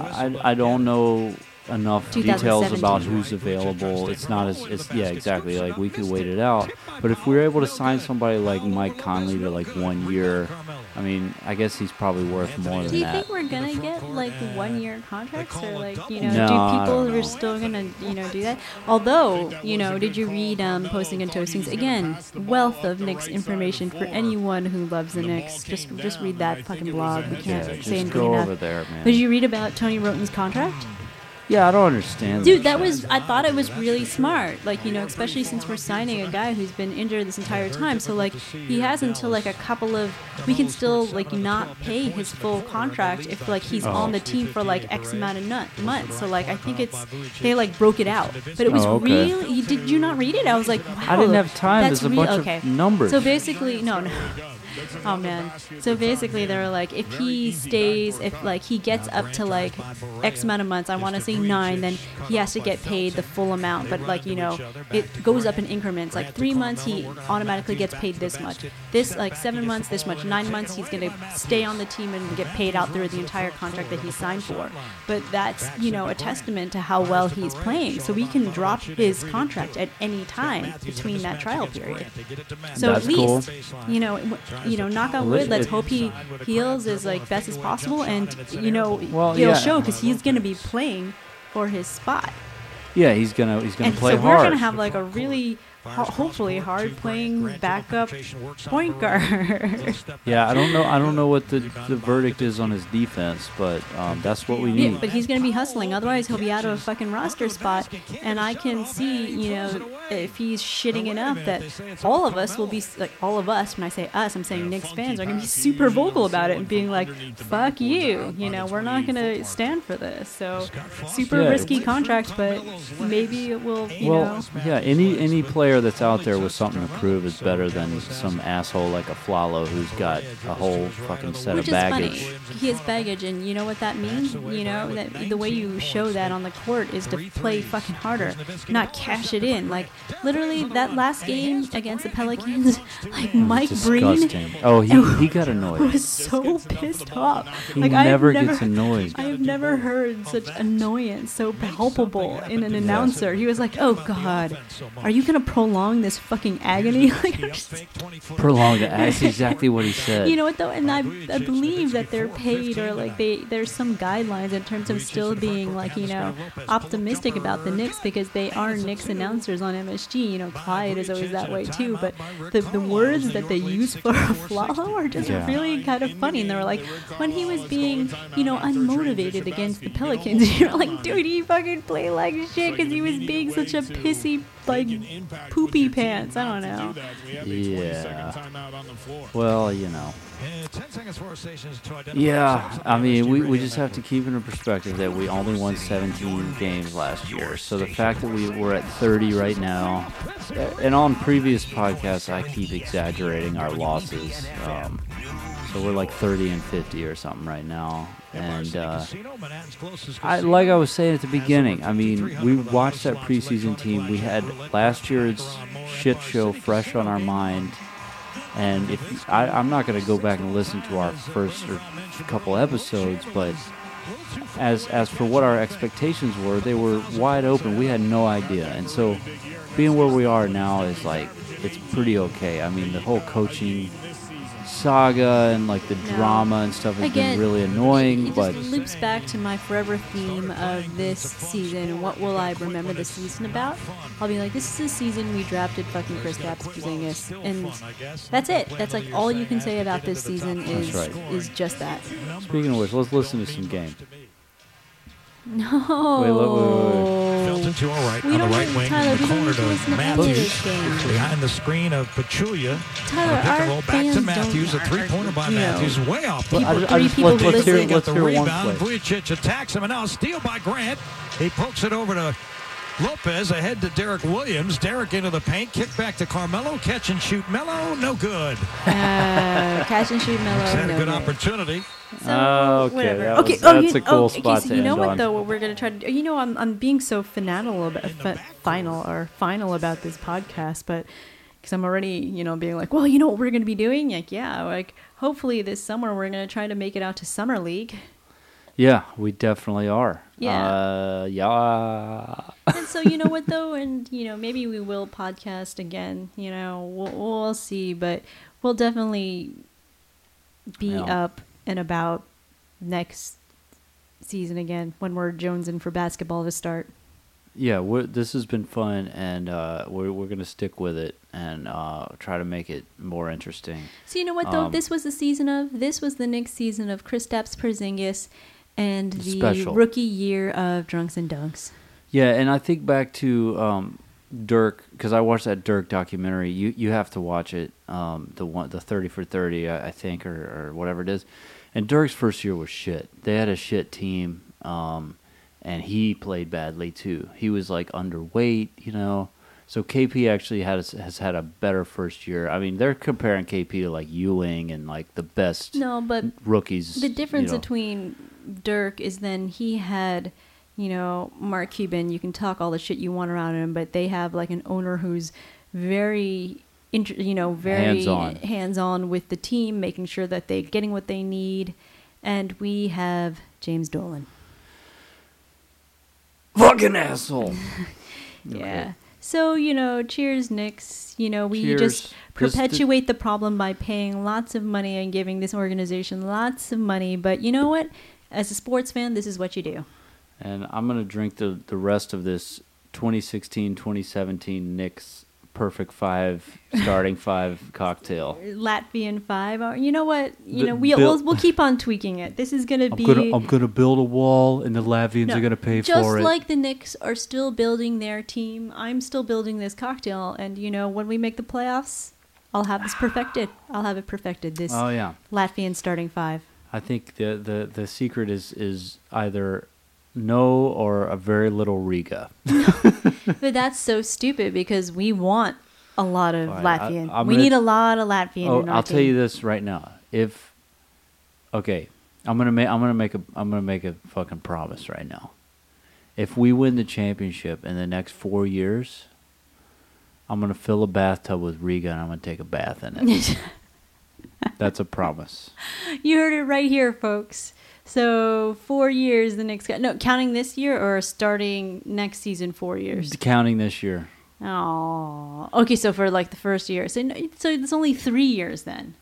E: I, I don't know enough details
D: 2017.
E: about who's available. It's not as it's yeah exactly like we could wait it out. But if we're able to sign somebody like Mike Conley to like one year, I mean I guess he's probably worth more
D: Do
E: than
D: you
E: that.
D: think we're gonna get like one year contracts or like you know
E: No, I
D: do
E: don't
D: people
E: know.
D: are still gonna you know do that? Although you know, did you read um, posting and toastings again? Wealth of Knicks information for anyone who loves the Knicks. Just just read that fucking blog. We
E: Yeah,
D: can't say
E: just
D: anything
E: go
D: enough.
E: over there, man.
D: Did you read about Tony Roten's contract?
E: yeah, I don't understand.
D: Dude,
E: that
D: that was I thought it was really smart. Like, you know, especially since we're signing a guy who's been injured this entire time. So like he has until like a couple of we can still like not pay his full contract if like he's
E: Oh.
D: on the team for like X amount of nut- months. So like I think it's they like broke it out. But it was
E: Oh, okay.
D: really you, did you not read it? I was like, wow,
E: I didn't have time.
D: That's
E: There's a
D: re-
E: bunch of
D: okay.
E: numbers.
D: So basically, no, no. Oh man. So basically, they're like, if he stays, if like he gets up to like X amount of months, I want to say nine, then he has to get paid the full amount. But like you know, it goes up in increments. Like three months, he automatically gets paid this much. This like seven months, this much. Nine months, he's gonna stay on the team and get paid out through the entire contract that he signed for. But that's you know a testament to how well he's playing. So we can drop his contract at any time between that trial period. So
E: That's
D: at
E: cool.
D: least, you know, w- you know, knock on
E: Well,
D: wood. Let's
E: it-
D: hope he heals as like best as possible, and you know,
E: Well,
D: it'll
E: yeah.
D: show because he's going to be playing for his spot.
E: yeah, he's gonna he's gonna
D: And
E: play
D: so
E: hard.
D: we're going to have like a really ho- hopefully hard playing backup point guard.
E: Yeah, I don't know. I don't know what the, the verdict is on his defense, but um, that's what we
D: Yeah,
E: need.
D: but he's going to be hustling. Otherwise, he'll be out of a fucking roster spot. And I can see, you know, if he's shitting it up, that all of us will be like, all of us. When I say us, I'm saying Knicks fans are going to be super vocal about it and being like, "Fuck you," you know, we're not going to stand for this. So, super
E: Yeah.
D: risky contract, but maybe it will, you know.
E: Well, yeah. Any any player that's out there with something to prove is better than some asshole like a Flalo who's got a whole fucking set of
D: Which is
E: baggage.
D: funny. He has baggage, and you know what that means? You know, that the way you show that on the court is to play fucking harder, not cash it in. Like, literally, that last game against the Pelicans, like, Mike Breen
E: Disgusting. Oh, he he got annoyed.
D: was so pissed off.
E: He
D: like,
E: never
D: I've never
E: gets annoyed.
D: I have never heard such annoyance so palpable in an announcer. He was like, "Oh God, are you gonna prolong this fucking agony?" Like, I just-
E: Prolonged. That's exactly what he said.
D: you know what though and I, I believe that they're paid or like they there's some guidelines in terms of still being like you know optimistic about the Knicks because they are Knicks announcers on MSG you know Clyde is always that way too but the, the words that they use for Flalo are just
E: Yeah.
D: really kind of funny and they were like when he was being you know unmotivated against the Pelicans you're like dude he fucking played like shit because he was being such a pissy like poopy pants I don't know
E: Yeah. Well, you know.
G: Yeah, I mean, we, we just have
E: to keep it in perspective that we only won 17 games last year. So the fact that we were at 30 right now, and on previous podcasts, I keep exaggerating our losses. Um, so we're like 30 and 50 or something right now. And uh, I, like I was saying at the beginning, I mean, we watched that preseason team. We had last year's shit show fresh on our mind. And if I, I'm not going to go back and listen to our first or couple episodes, but as as for what our expectations were, they were wide open. We had no idea, and so being where we are now is like it's pretty okay. I mean, the whole coaching saga and like the
D: No.
E: drama and stuff has
D: Again,
E: been really annoying,
D: It
E: but
D: just loops back to my forever theme of this season. and What will I remember the season about? I'll be like, this is the season we drafted fucking Chris Capps Porzingis, and that's it. That's like all you can say about this season is
E: That's right.
D: is just that.
E: speaking of which, let's listen to some game.
D: No.
E: Wait, wait,
D: Oh,
B: Felton to our right,
D: We
B: on the
D: don't
B: right
D: need-
B: wing,
D: Tyler,
B: in the
D: we don't
B: corner
D: need to listen
B: to
D: to any of
B: Matthews.
D: this game.
B: Behind the screen of Pachulia.
D: Tyler,
B: on a pick
D: our
B: and roll back to
D: fans
B: Matthews, a
D: don't-
B: three-pointer by
D: you know,
B: Matthews, way off.
E: Well,
B: the
E: I
D: People-
E: ju- I
D: three
E: just- let's,
D: people
E: let's hear,
D: listening.
E: let's
B: the
E: hear one
B: rebound.
E: play.
B: Vujicic attacks him, and now steal by Grant. He pokes it over to Lopez, ahead to Derek Williams. Derek into the paint, kick back to Carmelo, catch and shoot. Mello, no good.
D: Uh, cash and shoot mellow.
B: He's had a
D: Oh, no
B: good
D: good.
B: opportunity.
D: So,
E: Oh, okay,
D: whatever.
E: that
D: okay,
E: was-
D: oh,
E: that's
D: you,
E: a cool
D: oh,
E: spot
D: okay, so
E: to
D: you know
E: end
D: what
E: on.
D: though? What we're gonna try to do? You know, I'm I'm being so fanatical about fa- final or final about this podcast, but because I'm already you know being like, well, you know what we're gonna be doing? Like, yeah, like hopefully this summer we're gonna try to make it out to summer league.
E: Yeah, we definitely are.
D: Yeah.
E: Uh, yeah.
D: and so you know what though, and you know maybe we will podcast again. You know, we'll, we'll see, but we'll definitely be
E: Yeah.
D: up and about next season again when we're jonesing for basketball to start.
E: yeah we're, this has been fun and uh, we're, we're gonna stick with it and uh, try to make it more interesting
D: So you know what though?
E: Um,
D: this was the season of this was the next season of Kristaps Porzingis and the
E: Special.
D: rookie year of Drunks and Dunks.
E: yeah and i think back to um, dirk because i watched that dirk documentary you, you have to watch it um, the one the 30 for 30 i, I think or, or whatever it is and dirk's first year was shit they had a shit team um, and he played badly too he was like underweight you know so KP actually has has had a better first year. I mean, they're comparing KP to like Ewing and like the best.
D: No, but
E: rookies.
D: the difference
E: you know.
D: between Dirk is then he had, you know, Mark Cuban. You can talk all the shit you want around him, but they have like an owner who's very, inter- you know, very
E: Hands-on.
D: hands-on with the team, making sure that they're getting what they need. And we have James Dolan.
E: fucking asshole.
D: Yeah. So, you know, cheers, Knicks. You know, we
E: Cheers. Just
D: just
E: to-
D: perpetuate the problem by paying lots of money and giving this organization lots of money. But you know what? As a sports fan, this is what you do.
E: and I'm gonna drink the the rest of this 2016-2017 Knicks perfect five starting five cocktail.
D: Latvian five. uh, You know what? You
E: The
D: know we,
E: bill-
D: we'll we'll keep on tweaking it. This is gonna
E: I'm
D: be
E: gonna I'm gonna build a wall, and the Latvians
D: No,
E: are gonna pay
D: just
E: for it.
D: like the Knicks are still building their team, I'm still building this cocktail. And you know, when we make the playoffs, I'll have this perfected. I'll have it perfected. This
E: oh yeah.
D: Latvian starting five.
E: I think the, the, the secret is is either no or a very little Riga.
D: But that's so stupid because we want a lot of
E: All right, I-
D: Latvian.
E: I'm
D: we
E: gonna-
D: need a lot of Latvian.
E: Oh,
D: in our
E: I'll tell
D: team.
E: you this right now. If okay, I'm gonna make I'm gonna make a I'm gonna make a fucking promise right now. If we win the championship in the next four years, I'm gonna fill a bathtub with Riga and I'm gonna take a bath in it. That's a promise.
D: You heard it right here, folks. So four years the next guy. No, counting this year or starting next season, four years.
E: Counting this year.
D: Oh, okay. So for like the first year, so no- so it's only three years then.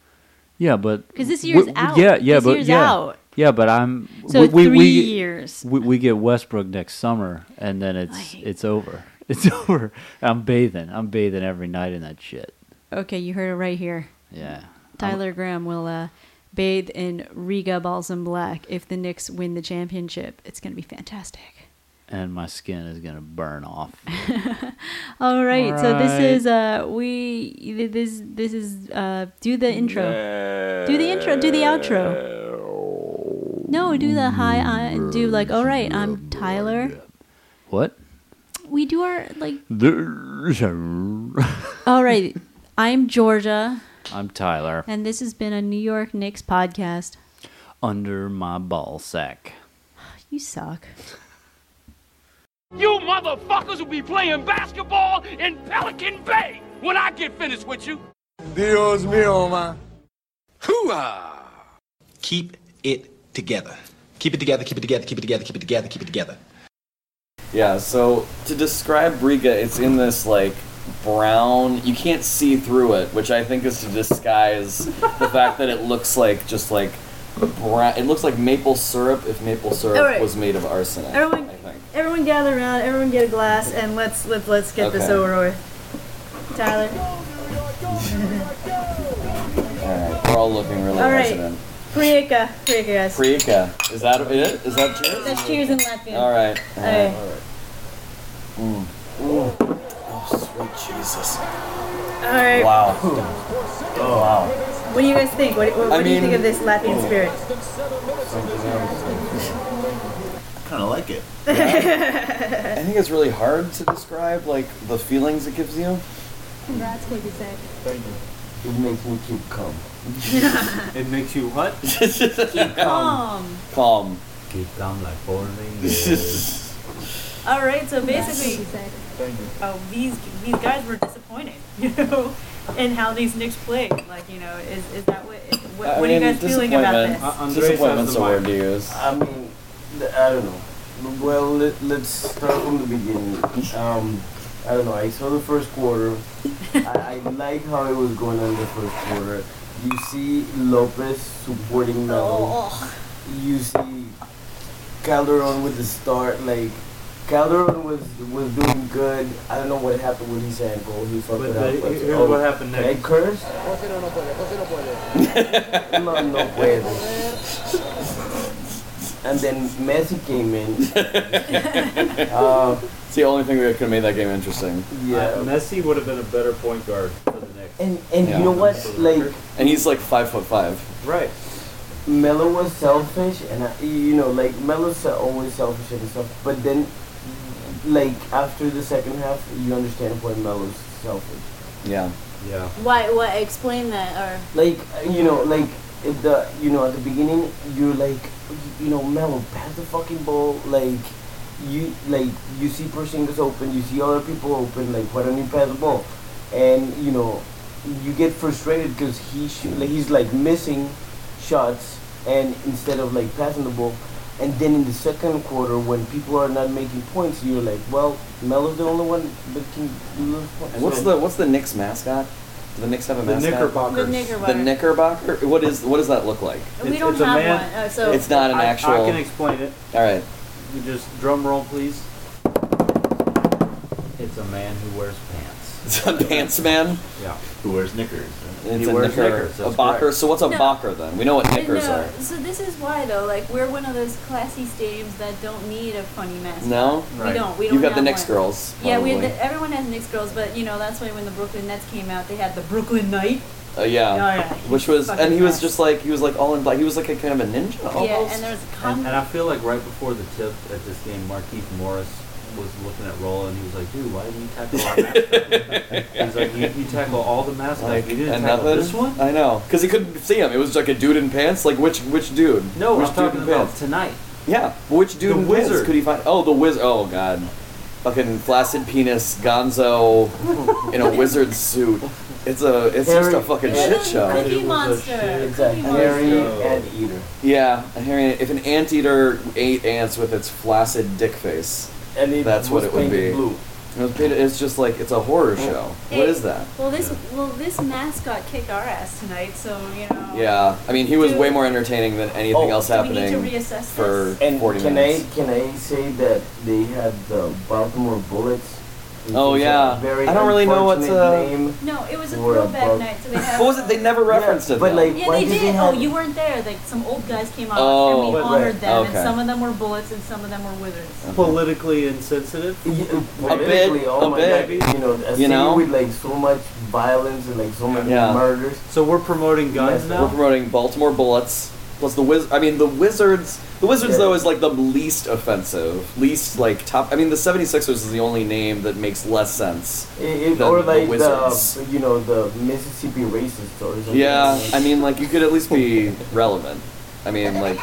E: Yeah, but
D: 'Cause this
E: w-
D: year's
E: w-
D: out.
E: Yeah, yeah,
D: This
E: but
D: year's
E: yeah,
D: out.
E: yeah, but I'm
D: So
E: we, we,
D: three
E: we-
D: years.
E: We, we get Westbrook next summer, and then
D: I
E: it's
D: hate
E: it's over. It's over. I'm bathing. I'm bathing every night in that shit.
D: Okay, you heard it right here.
E: Yeah.
D: Tyler Graham will uh, bathe in Riga Balsam Black if the Knicks win the championship. It's going to be fantastic.
E: And my skin is gonna burn off.
D: All right, so this
E: right.
D: is uh we this this is uh do the intro. Do the intro, do the outro. No, do the hi I do like all right, I'm Tyler.
E: What?
D: We do our like
E: I'm
D: all right, I'm Georgia
E: Tyler.
D: and this has been a New York Knicks podcast.
E: Under my ball sack.
D: You suck.
J: You motherfuckers will be playing basketball in Pelican Bay when I get finished with you.
K: Dios mío, man.
L: keep it together. Keep it together, keep it together, keep it together, keep it together, keep it together.
K: Yeah, so to describe Riga, it's in this like brown. You can't see through it, which I think is to disguise the fact that it looks like just like brown. It looks like maple syrup if maple syrup
D: Alright.
K: was made of arsenic.
D: Everyone-
K: I think.
D: Everyone gather around, everyone get a glass and let's let, let's get
K: this Okay. over
D: with. Tyler.
K: All right, we're all looking really
D: All right.
K: hesitant.
D: Prieka, Prieka guys.
K: Prika, is that it? Is that cheers?
D: Let's cheers in Latvian.
K: All right. All
D: Hey.
K: right. Mm. Oh, Sweet Jesus.
D: All right.
K: Wow. Oh, wow.
D: What do you guys think? What, what,
K: I do you mean- think of this
D: Latvian spirit?
L: Kind of like it.
K: I think it's really hard to describe like the feelings it gives you.
L: It makes me keep calm.
E: It makes you what?
K: um,
D: Calm.
K: Calm.
L: Keep calm like boring.
D: All right. So basically, oh, these these guys were disappointed, you know, in how these Knicks played. Like, you know, is, is that what? is- What,
K: I
D: what are you
K: mean,
D: guys feeling about this?
K: disappointment- Disappointment's a word to use.
L: I mean, th- I don't know. Well, let, let's start from the beginning. Um, I don't know. I saw the first quarter. I, I like how it was going on in the first quarter. You see Lopez supporting Melo. You see Calderon with the start. Like Calderon was was doing good. I don't know what happened with his ankle. He fucked it up. but- oh,
E: happened
L: Did I curse? no, no puedo. And then Messi came in. Uh,
K: It's the only thing that could have made that game interesting.
L: yeah.
E: Uh, Messi would have been a better point guard for the Knicks.
L: And and
K: Yeah.
L: you know what? Like
K: And he's like five foot five.
E: Right.
L: Melo was selfish, and I, you know, like Melo's se- always selfish and stuff. But then, like after the second half, you understand why Melo's selfish.
K: Yeah.
E: Yeah.
D: Why? What? Explain that. Or
L: like you know like at the you know at the beginning you're like you know Melo pass the fucking ball like you like you see Porzingis open you see other people open like why don't you pass the ball and you know you get frustrated because he sh- like, he's like missing shots and instead of like passing the ball and then in the second quarter when people are not making points you're like well Melo's the only one that can do those points
K: What's
L: So-
K: the What's the Knicks mascot? Do the Knicks have a mascot?
D: the
K: The Knickerbocker. What is What does that look like?
D: We don't have one. Uh, so
K: It's not an actual.
E: explain it.
K: All right.
E: You just drum roll, please. It's a man who wears pants.
K: It's a pants man.
F: Yeah. Who wears knickers? right?
K: It's
F: He
K: a
F: wears
K: knicker,
F: knickers,
K: a
F: that's
K: bocker.
F: correct.
K: So what's a
D: No.
K: bocker then? We know what
D: I
K: knickers
D: know.
K: are.
D: uh, So this is why though, like we're one of those classy stadiums that don't need a funny mascot.
K: No?
F: Right.
D: we don't. We don't.
K: You've got the
D: have
K: Knicks
D: one.
K: girls.
D: Yeah, we had
K: probably.
D: the, everyone has Knicks girls, but you know that's why when the Brooklyn Nets came out, they had the Brooklyn Knight.
K: Uh, yeah.
D: Oh, yeah.
K: Which was,
D: Fucking
K: and he was
D: badass.
K: just like, he was like all in black. He was like a kind of a ninja almost.
D: Yeah, and there's con-
F: And, and I feel like right before the tip at this game, Markeith Morris was looking at Roland. He was like, "Dude, why didn't you tackle our mascot?" He's like, "You, you tackle all the mascots.
K: like,
F: you didn't
K: and
F: tackle
K: nothing.
F: this one."
K: I know, because he couldn't see him. It was like a dude in pants. Like which which dude?
F: no,
K: which
F: I'm talking
K: in
F: about
K: pants?
F: tonight.
K: Yeah, which dude
F: The
K: in pants
F: wizard.
K: could he find? Oh, the wizard. Oh god, fucking flaccid penis, Gonzo, in a wizard suit. It's a it's just a
L: Harry-
K: fucking
L: Yeah,
K: shit
D: Cookie
K: show.
F: It was
D: Cookie
F: a
D: Monster.
F: shit.
L: It's a
D: Cookie Monster.
L: hairy
F: Monster.
L: and eater.
K: Yeah, a hairy- if an anteater ate ants with its flaccid dick face,
L: And it
K: That's what
L: was
K: it would
L: painted
K: be.
L: Blue.
K: it was- it's just like it's a horror
F: Oh.
K: show.
D: Hey,
K: What is that?
D: Well, this well this mascot kicked our ass tonight, so you know.
K: Yeah, I mean, he was
D: Do-
K: way more entertaining than anything
L: Oh,
K: else
D: Do we need
K: happening
D: to reassess
K: for
D: this?
L: And
K: 40
L: can
K: minutes.
L: I can I say that they had the Baltimore Bullets? which
K: Oh,
L: is a
K: yeah.
L: very
K: I don't really know what's,
L: unfortunate
K: uh,
L: name.
D: No, it was a
L: Or a
D: throwback
L: bug.
D: night, so they had.
K: What was it? They never referenced
L: Yeah,
K: it.
L: but,
K: though.
L: like-
D: Yeah,
L: Why
D: they
L: did they
D: did. Oh,
L: have-
D: you weren't there. Like some old guys came out
K: Oh,
D: and we
L: Right,
D: honored
L: right.
D: them,
K: Okay.
D: and some of them were bullets and some of them were wizards.
F: Politically insensitive.
L: Y-
K: A bit,
L: politically, oh
K: a
L: my
K: bit.
L: God, you know, a
K: You
L: city
K: know?
L: with like so much violence and like so many
K: Yeah.
L: murders.
F: So we're promoting guns
L: Yes,
K: We're
F: now.
K: promoting Baltimore Bullets plus the Wiz. I mean, the Wizards. The Wizards
L: Yeah.
K: though is like the least offensive, least like top. I mean, the 76ers is the only name that makes less sense.
L: It, it,
K: The-
L: or
K: the
L: like the,
K: wizards.
L: you know the Mississippi racist or something.
K: Yeah,
L: like,
K: I mean, like you could at least be relevant. I mean, like,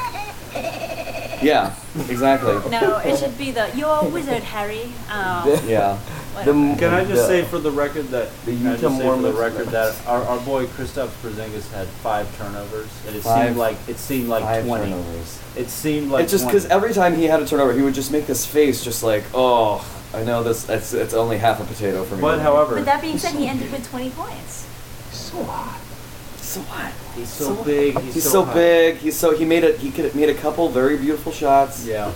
K: yeah, exactly.
D: No, it should be the you're a wizard, Harry. Oh,
K: Yeah,
D: whatever.
L: m-
F: Can I just
L: the-
F: say for the record that
L: the
F: can I just
L: Utah
F: say for the
L: Mormons-
F: record that our, our boy Kristaps Porzingis had five turnovers, and it
K: Five-
F: seemed like it seemed like
K: Five
F: twenty.
K: turnovers.
F: It seemed like
K: it's just because
F: because
K: every time he had a turnover, he would just make this face, just like, oh, I know this. It's it's only half a potato for me.
F: But however,
D: But that being said, he ended with 20 points.
K: so what?
F: he's so, big. He's,
K: He's so
F: hot.
K: big. He's so he made it. He could made a couple very beautiful shots.
F: Yeah,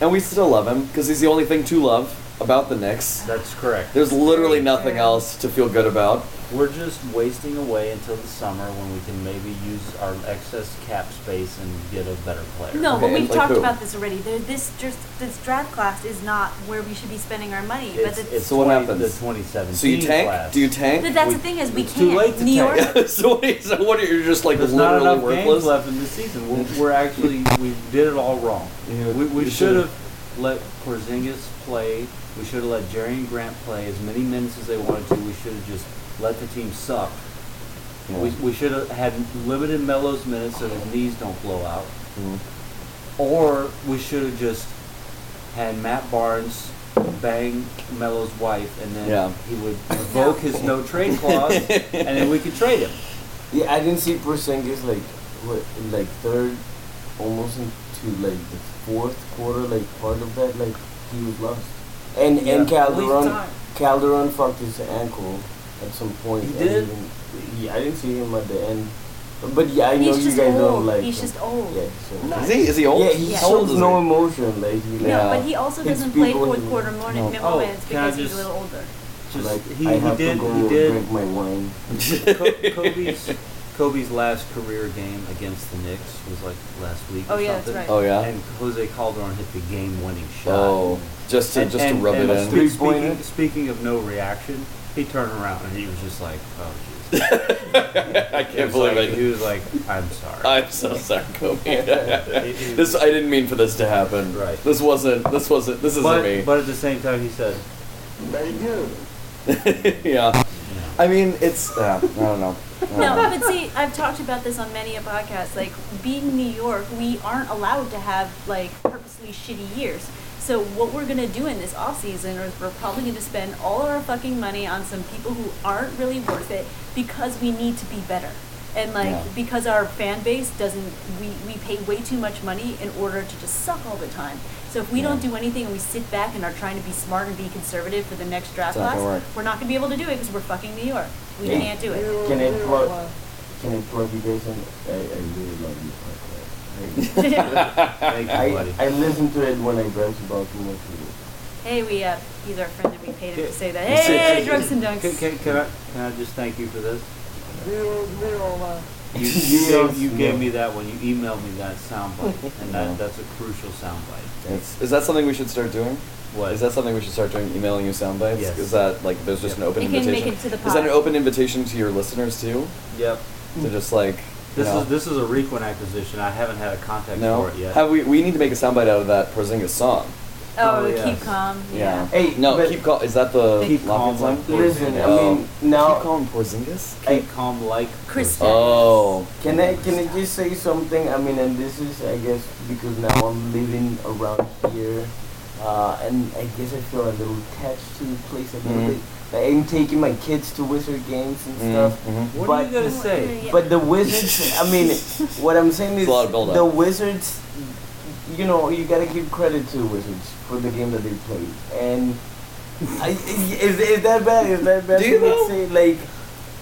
K: And we still love him because he's the only thing to love about the Knicks.
F: that's correct.
K: There's literally
D: Very
K: nothing
D: true.
K: else to feel good about.
F: We're just wasting away until the summer when we can maybe use our excess cap space and get a better player.
D: No, but
K: Okay,
D: we've
K: like
D: talked
K: who?
D: about this already. There, this just this draft class is not where we should be spending our money.
F: it's,
D: but it's,
F: it's
K: So what
F: 20
K: happens?
F: The 2017
K: So you tank?
F: class.
K: Do you tank?
D: but that's
F: we-
D: the thing is we
F: it's
D: can't.
F: too late to
D: New
F: tank.
D: York.
K: so what? Are you, so what? Are you just like
F: There's not
K: literally
F: enough games
K: worthless?
F: left in the season. We're, we're actually we did it all wrong.
K: Yeah,
F: we we
K: you
F: should
K: should've.
F: have let Porzingis play. We should have let Jerry and Grant play as many minutes as they wanted to. We should have just let the team suck. We, we should have had limited Melo's minutes so his knees don't blow out.
K: Mhm.
F: Or we should have just had Matt Barnes bang Melo's wife, and then
K: Yeah.
F: he would invoke his no trade clause, and then we could trade him.
L: yeah, I didn't see Porzingis like what in like third, almost into like the fourth quarter, like part of that, like he was lost. And and
F: Yeah.
L: Calderon, Calderon fucked his ankle at some point.
F: He
L: and
F: did?
L: even- yeah, I didn't see him at the end. But yeah, I know
D: He's
L: you
D: just
L: guys don't
D: old.
L: like.
D: He's
L: him.
D: just old.
L: Yeah, so.
K: Is he? Is he old?
L: Yeah, he
D: Yeah.
K: How old
L: shows
K: is he?
L: no emotion. Like, he,
D: No,
L: like
K: Yeah.
D: but he also
L: It's
D: doesn't play
L: people
D: fourth
L: who-
D: quarter morning
K: No.
F: Oh,
D: moments
F: can I
D: because he's
F: just-
D: a little older.
F: Just
L: like,
F: he,
L: I
F: he
L: have
F: did
L: to go
F: he did
L: drink my wine.
F: Co- Kobe's Kobe's last career game against the Knicks was like last week.
D: Oh,
F: or
D: yeah, that's
F: something.
D: right.
K: Oh yeah.
F: And Jose Calderon hit the game-winning shot.
K: oh, just to
F: And-
K: just
F: and-
K: to rub
F: and
K: it in.
F: spe-
L: Three-pointer.
F: Speaking, speaking of no reaction, he turned around and he was just like, "Oh jeez."
K: I
F: He
K: can't
F: was
K: believe
F: like,
K: I
F: He was like, "I'm sorry."
K: I'm so sorry, Kobe.
F: He- he
K: this
F: was-
K: I didn't mean for this to happen.
F: Right.
K: This wasn't. This wasn't. This isn't me.
F: but, but at the same time, he said,
K: yeah. I mean, it's. Uh, I don't know. I don't
D: No,
K: know.
D: but see, I've talked about this on many a podcast. Like being New York, we aren't allowed to have like purposely shitty years. So what we're gonna do in this off season is we're probably gonna spend all our fucking money on some people who aren't really worth it because we need to be better. And like
K: Yeah.
D: because our fan base doesn't we, we pay way too much money in order to just suck all the time. So if we don't
K: Yeah.
D: do anything and we sit back and are trying to be smart and be conservative for the next draft
K: It's not
D: class,
K: gonna work.
D: we're not gonna be able to do it because we're fucking New York. We
L: Yeah.
D: can't do it.
L: Can I plug? Can I plug you guys? In? I, I really love your podcast.
F: "Thank you, buddy."
L: I, I, I listen to it when I drive to Baltimore. Too.
D: Hey, we uh, he's our friend that we paid him to say that. Hey, drugs and dunks.
F: Can, can, can, I, can I just thank you for this? You, you,
L: Yes.
F: gave, you
L: Yeah.
F: gave me that one. You emailed me that soundbite, and that, that's a crucial soundbite.
K: It's, is that something we should start doing?
F: What?
K: Is that something we should start doing? Emailing you sound bites?
F: Yes.
K: Is that like there's just an open
D: You can
K: invitation?
D: make it to the
K: Is that an
D: pod.
K: open invitation to your listeners too?
F: Yep.
K: To just like you
F: This
K: know-
F: is this is a Requin acquisition. I haven't had a contact
K: no.
F: for it yet.
K: Have we? We need to make a soundbite out of that Porzingis song.
D: Oh,
F: Oh, yes.
D: keep calm.
K: Yeah.
D: Yeah.
L: Hey,
K: no,
L: but-
K: keep calm. Is that the
F: Keep calm,
K: Lafayette song?
F: like-
L: Listen, I
K: Oh.
L: mean, now
K: keep calm, Porzingis.
F: Keep calm like
D: Krista.
K: Oh,
L: Can I can I just say something? I mean, and this is I guess because now I'm living around here, uh, and I guess I feel a little attached to the place a little
K: Mhm.
L: bit. Like, I'm taking my kids to Wizard games and stuff.
K: Mhm.
F: What are
L: But-
F: you gonna say?
L: But the Wizards, I mean, what I'm saying
K: It's
L: is
K: a lot of build-up.
L: the Wizards. You know, you gotta give credit to the Wizards for the game that they played, and I, is is that bad? Is that bad?
K: Do you
L: to
K: know?
L: say like,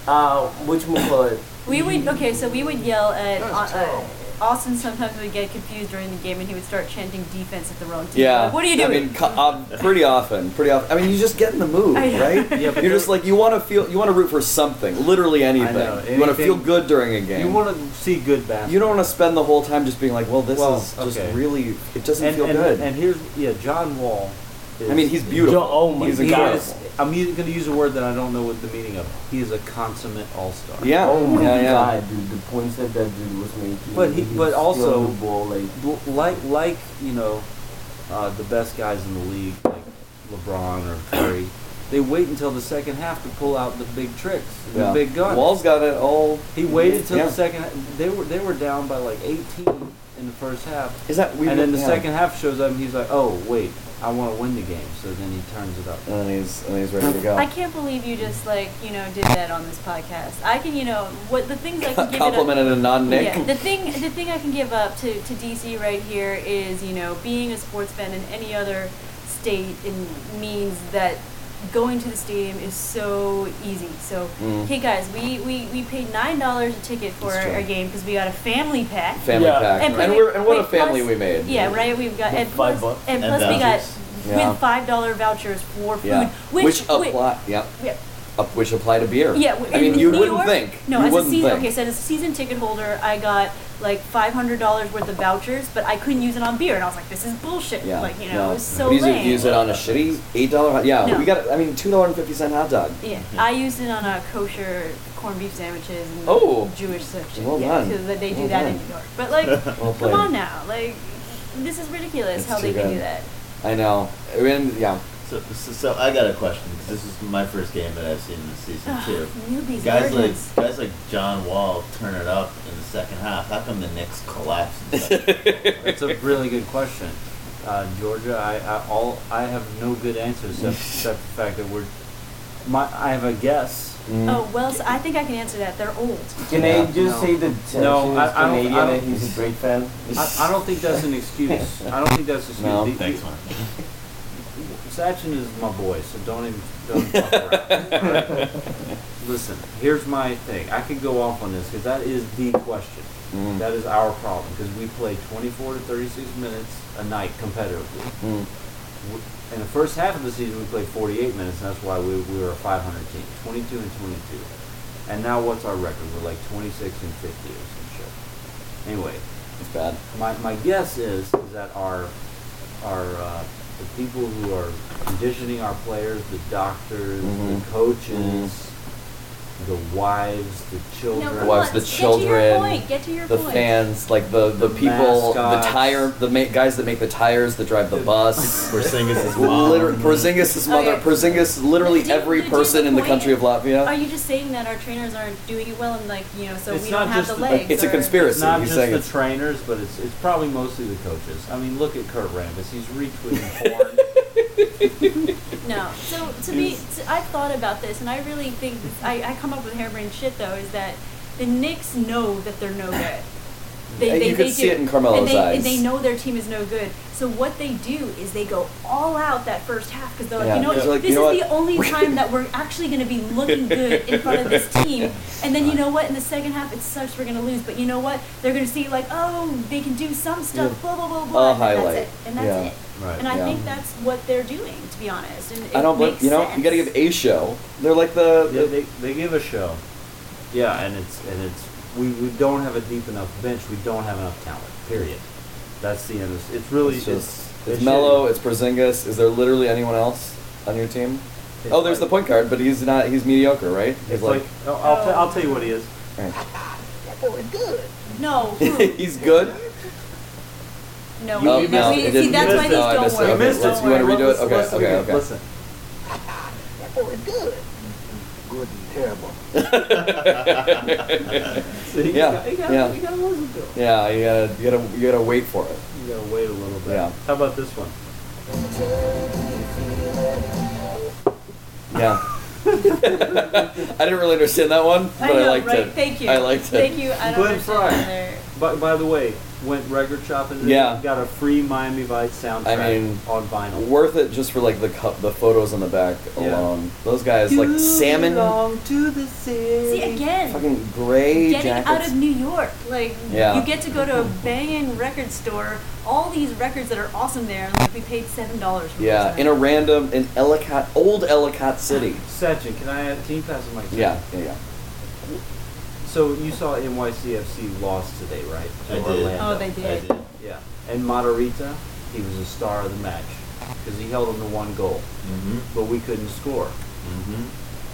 L: uh, which one?
D: We would okay, so we would yell at uh, uh, Austin. Sometimes would get confused during the game, and he would start chanting defense at the wrong team.
K: Yeah.
D: Like, what are you doing?
K: I mean, co- uh, pretty often, pretty often. I mean, you just get in the mood,
D: I know.
K: right?
F: Yeah, but
K: You're just like you want to feel, you want to root for something, literally anything.
F: know,
K: You want to feel
F: anything-
K: good during a game.
F: You want to see good basketball.
K: You don't want to spend the whole time just being like, well, this
F: Well,
K: is just
F: okay.
K: really, it doesn't
F: and,
K: feel
F: and,
K: good.
F: And here's yeah, John Wall. Is,
K: I mean, he's beautiful.
L: Jo- oh my
K: he's
F: he
L: God.
F: is,
K: incredible.
F: I'm going to use a word that I don't know what the meaning of. He is a consummate all star.
K: Yeah.
L: Oh my
K: yeah, yeah.
L: god, dude! The points that that dude was making.
F: But he-
L: was
F: but also-
L: stealing the ball, like
F: L- like like you know uh, the best guys in the league like LeBron or Curry they wait until the second half to pull out the big tricks and
K: Yeah.
F: the big guns
K: Wall's got it all.
F: he waited till
K: Yeah.
F: the second ha- they were they were down by like 18 in the first half
K: Is that we?
F: and then the
K: yeah.
F: second half shows up and he's like oh wait I want to win the game so then he turns it up
K: and then he's and then he's ready to go.
D: I can't believe you just like you know did that on this podcast. I can you know what the things I can give it up.
K: Complimented a non-Nick.
D: Yeah, the thing the thing I can give up to, to DC right here is you know being a sports fan in any other state in, means that going to the stadium is so easy. So
K: Mm.
D: hey guys, we, we, we paid nine dollars a ticket for
K: That's
D: our,
K: true.
D: our game because we got a family pack.
K: Family
L: Yeah.
K: pack.
D: And
K: And,
D: plus-
K: we're and what a
D: wait,
K: family
D: plus-
K: we made.
D: Yeah, right. We've got and
L: Five
D: plus,
L: bucks.
D: and
G: And
D: plus we got
G: vouchers.
K: Yeah.
D: with five dollar vouchers for food,
K: Yeah.
D: which,
K: apply. Yeah.
D: yeah.
K: Up, which apply to beer.
D: Yeah,
K: I
D: in
K: mean, you
D: New
K: wouldn't
D: York-
K: think.
D: No,
K: you
D: as
K: wouldn't
D: a season.
K: think.
D: Okay, so as a season ticket holder, I got like five hundred dollars worth of vouchers, but I couldn't use it on beer, and I was like, "This is bullshit!"
K: Yeah.
D: like you know,
K: no.
D: it was so
K: use
D: lame.
K: It, use it on a shitty eight dollar. Yeah.
D: No.
K: We got. I mean, two dollar and fifty cent hot dog.
D: Yeah, I used it on a kosher corned beef sandwiches and
K: Oh.
D: Jewish section.
K: Well
D: yeah,
K: done.
D: because they do
K: Well
D: that in
K: done.
D: New York. But like, come
K: played.
D: on now, like this is ridiculous
K: It's
D: how they
K: too
D: can
K: good.
D: do that.
K: I know. I mean, yeah.
G: So, so, so I got a question because this is my first game that I've seen this season too.
D: Newbies,
G: Guys like
D: virgins.
G: guys like John Wall turn it up in the second half. How come the Knicks collapse? In the second
F: That's a really good question. Uh, Georgia, I, I all I have no good answers except, except the fact that we're. My, I have a guess.
K: mm.
D: Oh well, so I think I can answer that. They're old.
L: Can
K: Yeah.
L: I just
F: No.
L: say that Sachin
F: No, I-
L: is
F: I don't- I
L: Canadian
F: don't-
L: and he's a great fan?
F: I, I don't think that's an excuse. I don't think that's an excuse.
K: No.
F: The-
G: Thanks, man.
F: Sachin is my boy, so don't even don't fuck around. alright? Listen, here's my thing. I could go off on this because that is the question.
K: Mm.
F: That is our problem because we play 24 to 36 minutes a night competitively.
K: Mm.
F: W- In the first half of the season, we played 48 minutes. And that's why we, we were a 500 team, 22 and 22. And now what's our record? We're like 26 and 50 or some shit. Anyway,
K: It's bad.
F: my, my guess is, is that our our uh, the people who are conditioning our players, the doctors,
K: Mhm.
F: the coaches, the wives, the children,
D: No,
K: The
D: come
K: Mm-hmm. wives,
D: on,
K: the
D: get To your
K: children,
D: point. Get to your
K: the
D: point.
K: fans, like the the,
F: The
K: people,
F: mascots.
K: the tire, the ma- guys that make the tires, that drive the bus.
G: Porzingis' mom.
K: Liter- Porzingis' mother,
D: Okay.
K: Porzingis, literally
D: But do-
K: every
D: but do
K: person
D: the
K: in the
D: point-
K: country of
D: Are
K: Latvia.
D: you just saying that our trainers aren't doing it well and like you know so
F: It's
D: we don't
F: not
D: have
F: just
D: the
F: the-
D: legs?
K: It's a
D: or-
F: It's
K: conspiracy.
F: not
K: He's
F: just
K: saying
F: the
K: it's-
F: trainers, but it's it's probably mostly the coaches. I mean, look at Kurt Rambis; he's retweeting porn.
D: No. So to be, to, I've thought about this, and I really think this, I, I come up with harebrained shit though. Is that the Knicks know that they're no good. They,
K: And
D: they,
K: you could
D: they
K: see
D: do.
K: it in Carmelo's
D: and they,
K: eyes.
D: And they know their team is no good. So what they do is they go all out that first half because they're like,
K: Yeah.
D: you know,
K: Yeah.
D: what?
K: They're like,
D: this
K: you know
D: is
K: what?
D: the only time that we're actually going to be looking good in front of this team. And then you know what? In the second half, it sucks we're going to lose. But you know what? They're going to see like, oh, they can do some stuff.
K: Yeah.
D: Blah blah blah
K: A
D: blah. and then
K: highlight.
D: That's it. And that's
K: Yeah.
D: it.
F: Right.
D: And I
K: Yeah.
D: think that's what they're doing, to be honest. And it
K: I don't,
D: makes
K: but you know,
D: sense.
K: you gotta give a show. They're like the,
F: They,
K: the
F: they, they give a show. Yeah, and it's and it's we, we don't have a deep enough bench. We don't have enough talent. Period. That's the end. Of, it's really
K: it's
F: it's
K: just it's,
F: it's
K: Mello,
F: shitty.
K: it's Porzingis. Is there literally anyone else on your team?
F: It's
K: oh, there's
F: like-
K: the point guard, but he's not. He's mediocre, right? He's
F: It's like, I'll, I'll, t- I'll tell you what he is.
D: No, who?
K: he's good.
D: no.
K: No,
D: we-
K: no,
D: we-
K: it
D: see,
K: didn't-
D: that's
K: it
D: why
K: missed. No, I
D: these
F: oh,
K: missed it.
D: don't work.
K: Okay, missed let's- you wanna
F: Don't worry,
K: redo it? Okay,
F: listen,
K: okay,
F: listen,
K: okay.
F: Listen.
L: Good and terrible.
F: See,
K: Yeah,
F: You gotta, you gotta,
K: yeah.
F: You gotta listen to him.
K: Yeah, you gotta you gotta you gotta wait for it.
F: You gotta wait a little bit.
K: Yeah.
F: How about this one?
K: Yeah. I didn't really understand that one,
D: I
K: but I,
D: know,
K: liked
D: right?
K: it.
D: Thank you.
K: I liked it.
D: Thank you. I don't
F: Glenn
D: understand
F: Fry.
D: either.
F: By, by the way, went record shopping. today,
K: Yeah.
F: Got a free Miami Vice soundtrack
K: I mean,
F: on vinyl.
K: Worth it just for like the cup, the photos on the back
F: Yeah.
K: alone. Those guys like salmon,
D: See again,
K: fucking gray
D: getting
K: jackets.
D: out of New York, like
K: Yeah.
D: you get to go to a banging record store. All these records that are awesome there. Like we paid seven dollars.
K: yeah, in a random in Ellicott, old Ellicott City.
F: Sachin, can I? Can you pass the mic? to
K: Yeah,
F: me?
K: yeah, yeah.
F: So you saw NYCFC lost today, right? To
E: I did.
F: Orlando.
D: Oh, they did.
E: I did.
F: Yeah. And Matarita, he was the star of the match because he held them to one goal,
E: Mm-hmm.
F: but we couldn't score.
E: Mm-hmm.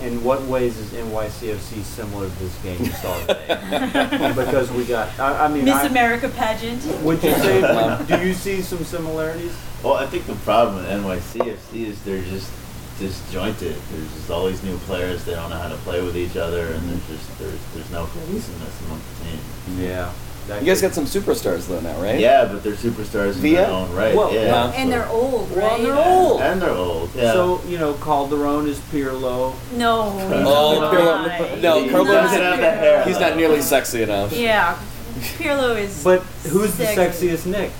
F: In what ways is NYCFC similar to this game you saw today? because we got. I, I mean,
D: Miss
F: I-
D: America pageant.
F: Would you say? would- do you see some similarities?
E: Well, I think the problem with NYCFC is they're just disjointed. There's just all these new players. They don't know how to play with each other, and there's just there's there's no cohesiveness among the team.
F: Yeah. That
K: You guys
F: could-
K: got some superstars though now, right?
E: Yeah, but they're superstars in
K: Via?
E: their own right.
F: Well,
E: yeah,
K: well,
D: And they're old,
F: Well,
D: right?
F: they're
E: old. And they're old. Yeah.
F: So you know, Calderon is Pirlo.
D: No.
K: Oh,
D: he's
K: Pirlo-
D: not.
K: no,
D: He's not
K: Pirlo doesn't
E: have the hair.
K: He's not nearly sexy enough.
D: Yeah, Pirlo is.
F: But who's the
D: Sexy.
F: sexiest Nick?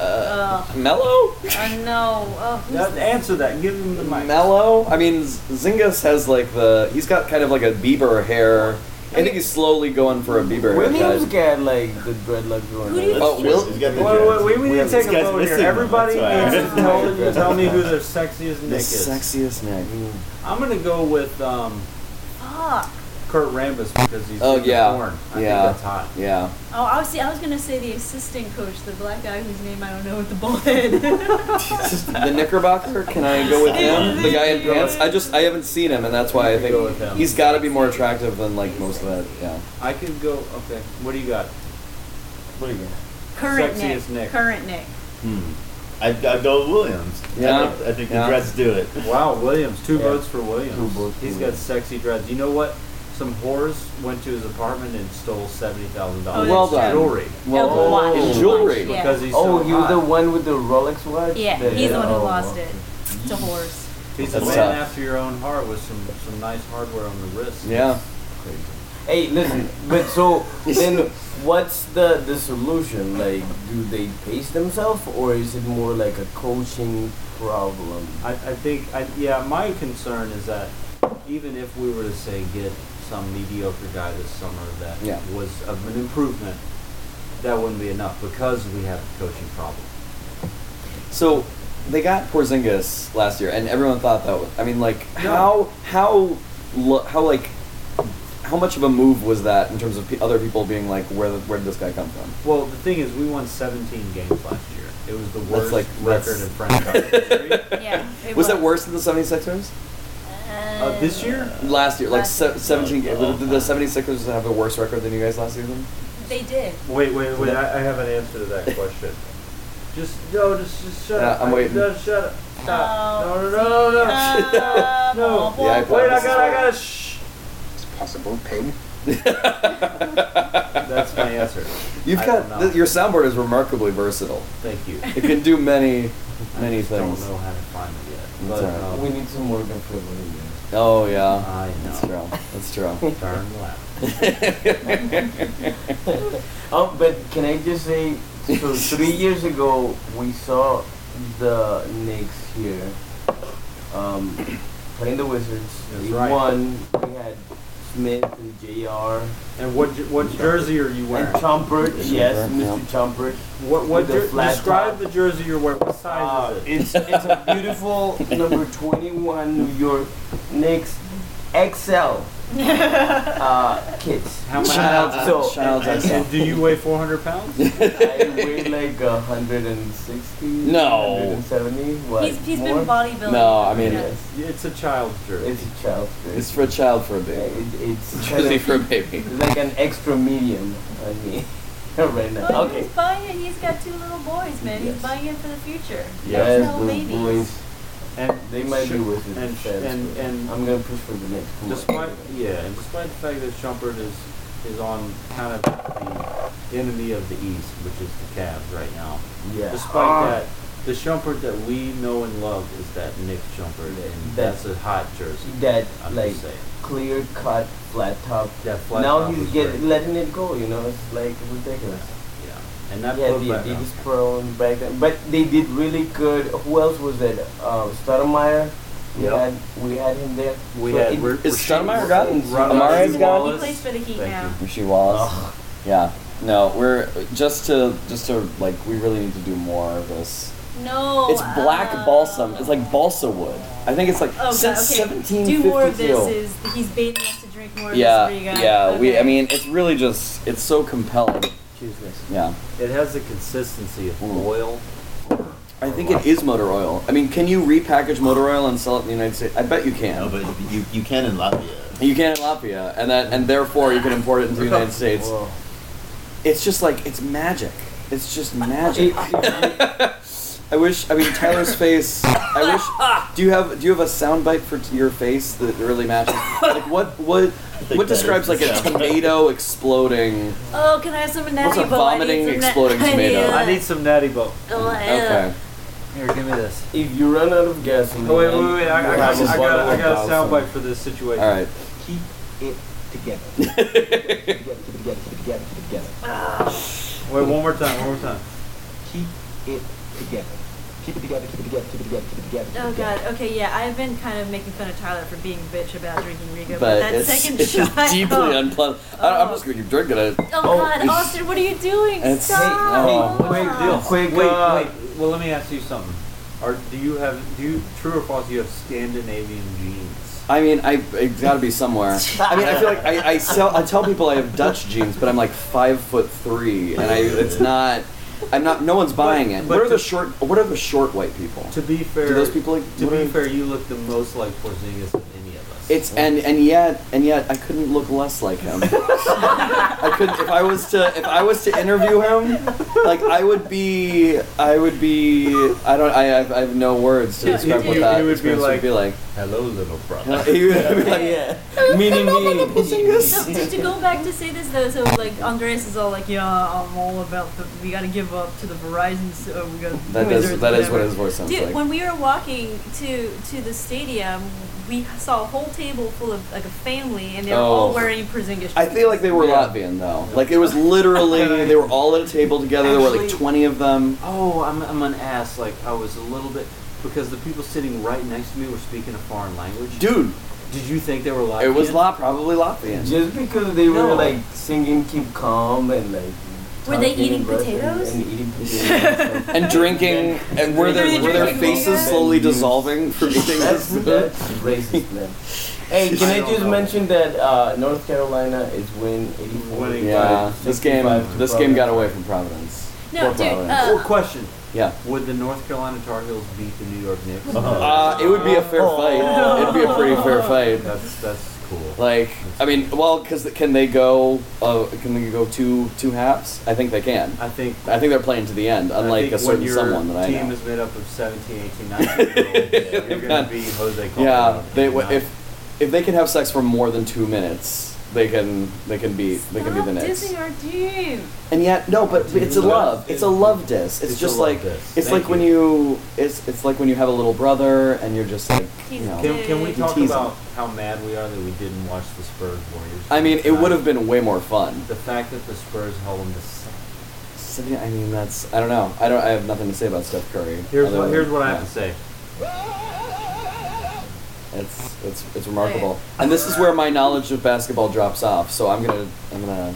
K: Uh,
D: Ugh.
K: Mello?
D: I know. Oh, who's
F: Now,
D: the-
F: answer that. Give him the mic.
K: Mellow? I mean, Z- Zingas has like the. He's got kind of like a Bieber hair. I think he's slowly going for a Bieber haircut.
L: Williams got like the dreadlock going.
D: Who do you
L: on.
K: Oh,
E: That's
K: Will-
E: true. He's got the
F: Wait, wait,
E: dreads.
F: wait, we need to
E: This
F: take a
E: guy's
F: vote here.
E: missing one,
F: Everybody
E: that's why.
F: needs to tell, me- tell me who their sexiest
K: The
F: Nick is.
K: sexiest neck.
F: I'm gonna go with um,
D: fuck.
F: Kurt Rambis because he's
K: Oh,
F: in the
K: yeah.
F: porn. I
K: Yeah.
F: think that's hot.
K: Yeah.
D: Oh, I was, see, I was gonna say the assistant coach, the black guy whose name I don't know, with the bald head.
K: The Knickerbocker? Can I go with him? The guy in pants? I just. I haven't seen him, and that's why I
F: Go with him.
K: think he's got to be more attractive than like most of that. Yeah.
F: I could go. Okay, what do you got?
K: What do you got?
D: Current Nick.
F: Sexiest Nick.
D: Current Nick.
E: Hmm. I'd, I'd go with Williams.
K: Yeah.
E: I think, I think
K: Yeah.
E: the dreads do it.
F: Wow, Williams. Two
K: Yeah.
F: votes for Williams.
L: Two votes for
F: He's got
L: Williams.
F: sexy dreads. You know what? Some whores went to his apartment and stole seventy thousand
D: Oh, that's
F: dollars.
K: Well done.
F: Jewelry.
K: Well,
D: Apple Watch.
K: in
D: Watch,
K: jewelry.
D: Yeah,
F: Because he's
L: Oh,
F: so
L: you
F: hot.
L: the one with the Rolex watch?
D: yeah
L: That-
D: he's the one who
L: oh,
D: lost
L: okay.
D: it. It's a horse.
F: He's a
K: That's
F: man
K: tough.
F: after your own heart with some some nice hardware on the wrist.
K: Yeah.
L: Hey, listen, but so then what's the the solution? Like, do they pace themselves, or is it more like a coaching problem?
F: I, I think, I, yeah, my concern is that even if we were to say get some mediocre guy this summer that
K: Yeah.
F: was of an improvement, that wouldn't be enough because we have a coaching problem.
K: So they got Porzingis last year, and everyone thought that. Was, I mean, like
F: No.
K: how how lo- how like how much of a move was that in terms of pe other people being like, where the- where did this guy come from?
F: Well, the thing is, we won 17 games last year. It was the worst
K: That's like-
F: record
K: that's-
F: in franchise history.
D: Yeah. it
K: Was that worse than the 76ers?
F: Uh, this year?
K: Last year, like
D: Last
K: se-
D: year.
K: 17 games.
E: Oh,
K: Did the 76ers have a worse record than you guys last season?
D: Um, They did.
F: Wait, wait, wait. I, I have an answer to that question. Just, no, just, just shut
K: Yeah,
F: up.
K: I'm
F: I-
K: waiting.
F: No, shut up. Stop.
D: Oh,
F: no, no, no, no.
D: Uh,
F: No.
D: blah,
K: Yeah,
D: blah,
F: Wait, I
K: This is
F: got, I
K: fine.
F: got. Shh. That's my answer.
K: You've
F: I don't
K: got
F: know.
K: th- your soundboard is remarkably versatile.
F: Thank you.
K: It can do many, many
F: I just
K: things.
F: don't know how to find it yet.
K: That's
F: But,
K: all right.
F: um,
L: We need some more controlling.
K: Oh yeah,
F: I
K: that's
F: know.
K: true. That's true.
F: Darn left.
L: Oh, but can I just say, so three years ago we saw the Knicks here um, playing the Wizards.
F: That's
L: we
F: right.
L: won. We had Smith and Jr.
F: And what what jersey are you wearing?
L: And Chumpert, yes, Mr. Chumpert.
F: What what jer- describe the jersey you're wearing? What size
L: Uh,
F: is it?
L: it's it's a beautiful number 21 New York Knicks XL uh, kits.
F: How much? uh,
L: So
K: Child's
L: I,
K: XL.
F: do you weigh 400 pounds?
L: I weigh like 160.
K: No.
L: 170. What?
M: He's, he's
L: more?
M: been bodybuilding.
K: No, I mean,
M: Yes.
F: It's a child's jersey.
L: It's a child's jersey.
K: It's for a child, for a
L: Yeah,
K: baby.
L: it, it's kind
K: Jersey
L: of-
K: for a baby.
L: like an extra medium on me right now.
M: Well,
L: Okay.
M: He's buying it. He's got two little boys, man.
L: Yes.
M: He's buying it for the future.
L: Yes,
M: Little
L: the
M: babies.
L: boys.
F: And
L: They might be with it.
F: And, and, and
L: I'm gonna push for the next one.
F: Despite yeah, and despite the fact that Shumpert is is on kind of the enemy of the East, which is the Cavs right now.
L: Yeah.
F: Despite
L: Ah.
F: that, the Shumpert that we know and love is that Nick Shumpert, and
L: That-
F: that's a hot jersey.
L: that
F: I'm
L: like
F: just saying.
L: clear cut flat top.
F: That flat
L: now
F: top
L: he's
F: was
L: getting
F: great.
L: letting it go. You know, it's like ridiculous.
F: Yeah, and that
L: Yeah,
F: put
L: the
F: back on-
L: Adidas Pro and back then. But they did really good. Who else was it? Uh, Stoudemire. We
F: Yep.
L: had we had him there.
F: we
L: So
F: had
L: it-
F: Ra-
K: Is
F: Rasheed-
K: Stoudemire gone?
F: Ra-
K: Amari's
F: Rasheed
K: gone?
M: He
F: Wallace.
M: plays for the Heat
F: Thank
M: now.
K: Rasheed Wallace.
L: Ugh.
K: Yeah. No, we're just to just to like we really need to do more of this.
M: No.
K: It's black
M: uh,
K: balsam. It's like balsa wood. I think it's like
M: Oh, God,
K: since
M: okay.
K: 1752.
M: Do more of this. Is he's baiting us to drink more of
K: yeah,
M: this Riga.
K: yeah. We.
M: Okay.
K: I mean, it's really just. It's so compelling.
F: Excuse me.
K: Yeah.
F: It has the consistency of
K: Ooh.
F: oil.
K: I think it is motor oil. I mean, can you repackage motor oil and sell it in the United States? I bet you can.
N: No, but you, you can in Latvia.
K: You can in Latvia, and that and therefore you can import it into the United States.
L: Whoa.
K: It's just like it's magic. It's just magic.
L: It-
K: I wish. I mean, Tyler's face. I wish. Do you have Do you have a soundbite for t- your face that really matches? Like what what
N: think
K: what
N: that is
K: describes like
N: the
K: a
N: sound.
K: tomato exploding?
M: Oh, can I have some
K: What's
M: of Natty
K: a
M: Bo? I need
K: vomiting,
M: some na-
K: exploding tomato?
M: Yeah.
F: I need some Natty Bow.
M: Oh, yeah.
K: Okay.
F: Here, give me this.
L: if you run out of gasoline,
F: Oh, wait, wait, wait. I, I,
L: you
F: got-
L: have a
F: I got,
L: bottle
F: I
L: of
F: got a soundbite
L: balsam.
F: for this situation.
K: All right.
N: Keep it together. Keep it together, keep it together, keep it together, keep it together.
L: Ah,
F: Wait, one more time, one more time.
N: Keep it together. Keep it together, keep it together, keep it together, keep it together. keep
M: Oh
N: it together.
M: god. Okay, yeah. I've been kind of making fun of Tyler for being a bitch about drinking Riga, but,
K: But
M: that
K: it's,
M: second
K: it's
M: shot.
K: just deeply
M: oh.
K: unpleasant. I, I'm
M: Oh.
K: just gonna keep drinking it.
M: Oh, god,
K: it's-
M: Austin, what are you doing?
K: It's- Oh,
M: Stop.
K: Hey,
L: hey, quick deal.
F: Wait,
L: Quick,
F: wait.
L: uh,
F: Well, let me ask you something. Are do you have do you true or false? You have Scandinavian genes.
K: I mean, I it gotta be somewhere. I mean, I feel like I, I sell I tell people I have Dutch jeans, but I'm like five foot three, and I it's not. I'm not. No one's buying it.
F: But-
K: What are
F: but
K: the
F: to-
K: short? What are the short white people?
F: To be fair,
K: Do those people like?
F: to
K: what
F: be
K: are-
F: fair, you look the most like Porzingis of any of us.
K: It's and and yet and yet I couldn't look less like him. I could if I was to if I was to interview him, like I would be I would be I don't I have, I have no words to
F: Yeah,
K: describe
F: he-
K: what
F: he-
K: that
F: he would be
K: experience would be like.
F: hello, little brother.
K: He would be like,
L: Meaning me.
M: So, to, to go back to say this though, so like Andres is all like, yeah, I'm all about the. We gotta give up to the Verizon. So we gotta.
K: That is
M: Wizards,
K: that is what
M: whatever."
K: his voice sounds
M: Dude,
K: like.
M: when we were walking to to the stadium, we saw a whole table full of like a family, and they were
K: Oh.
M: all wearing Porzingis.
K: I feel like they were
F: Yeah.
K: Latvian though. Like it was literally they were all at a table together. there were like
F: Actually-
K: twenty of them.
F: Oh, I'm, I'm an ass. Like I was a little bit because the people sitting right next to me were speaking a foreign language.
K: Dude,
F: Did you think they were Latvian?
K: it was La probably Latvian.
L: Just because they were
F: No.
L: like singing "Keep Calm" and like.
M: Were they
L: talking in
M: eating
L: Russian
M: potatoes?
L: And eating potatoes.
K: And drinking, and were their
M: Drinking
K: were their
M: vodka?
K: faces slowly dissolving from eating
L: That's,
K: this?
L: that's racist, man. Hey, can I,
F: don't
L: just
F: know.
L: mention that uh, North Carolina is win 84.
F: Winning
K: Yeah, this game
L: 65 to
K: this game got
L: Providence.
K: away from Providence.
M: No,
K: Poor
M: dude.
K: Providence.
F: Well,
M: Uh,
F: question:
K: Yeah,
F: Would the North Carolina Tar Heels beat the New York Knicks?
L: Uh-huh.
K: uh, it would be a
F: Oh.
K: fair fight. It'd be a pretty fair fight.
F: That's that's cool.
K: Like I mean, well, because can they go? Uh, can they go two two halves? I think they can.
F: I think
K: I think they're playing to the end,
F: I
K: unlike
F: think
K: a certain
F: when your
K: someone that I know.
F: team is made up of 17, 18, 19 year olds, you're going
K: Man.
F: to be Jose Calderon.
K: Yeah, they
F: You're not.
K: if if they can have sex for more than two minutes, they can they can be they can be the next.
M: Stop dissing our team.
K: And yet, no, but it's a love. It's a love diss. It's,
F: It's a
K: just
F: love
K: like
F: diss.
K: it's
F: Thank
K: like when you it's it's like when you have a little brother and you're just like you
M: He's
K: know.
M: gay.
F: can, can we
M: You
F: talk
K: tease
F: about how mad we are that we didn't watch the Spurs Warriors?
K: I mean, it
F: game
K: would have
F: tonight?
K: been way more fun.
F: the fact that the Spurs held them to seven.
K: So, yeah, I mean, that's I don't know. I don't. I have nothing to say about Steph Curry.
F: Here's
K: other
F: what
K: than-
F: here's what I
K: yeah.
F: have to say.
K: It's it's it's remarkable. And this is where my knowledge of basketball drops off. So I'm gonna I'm gonna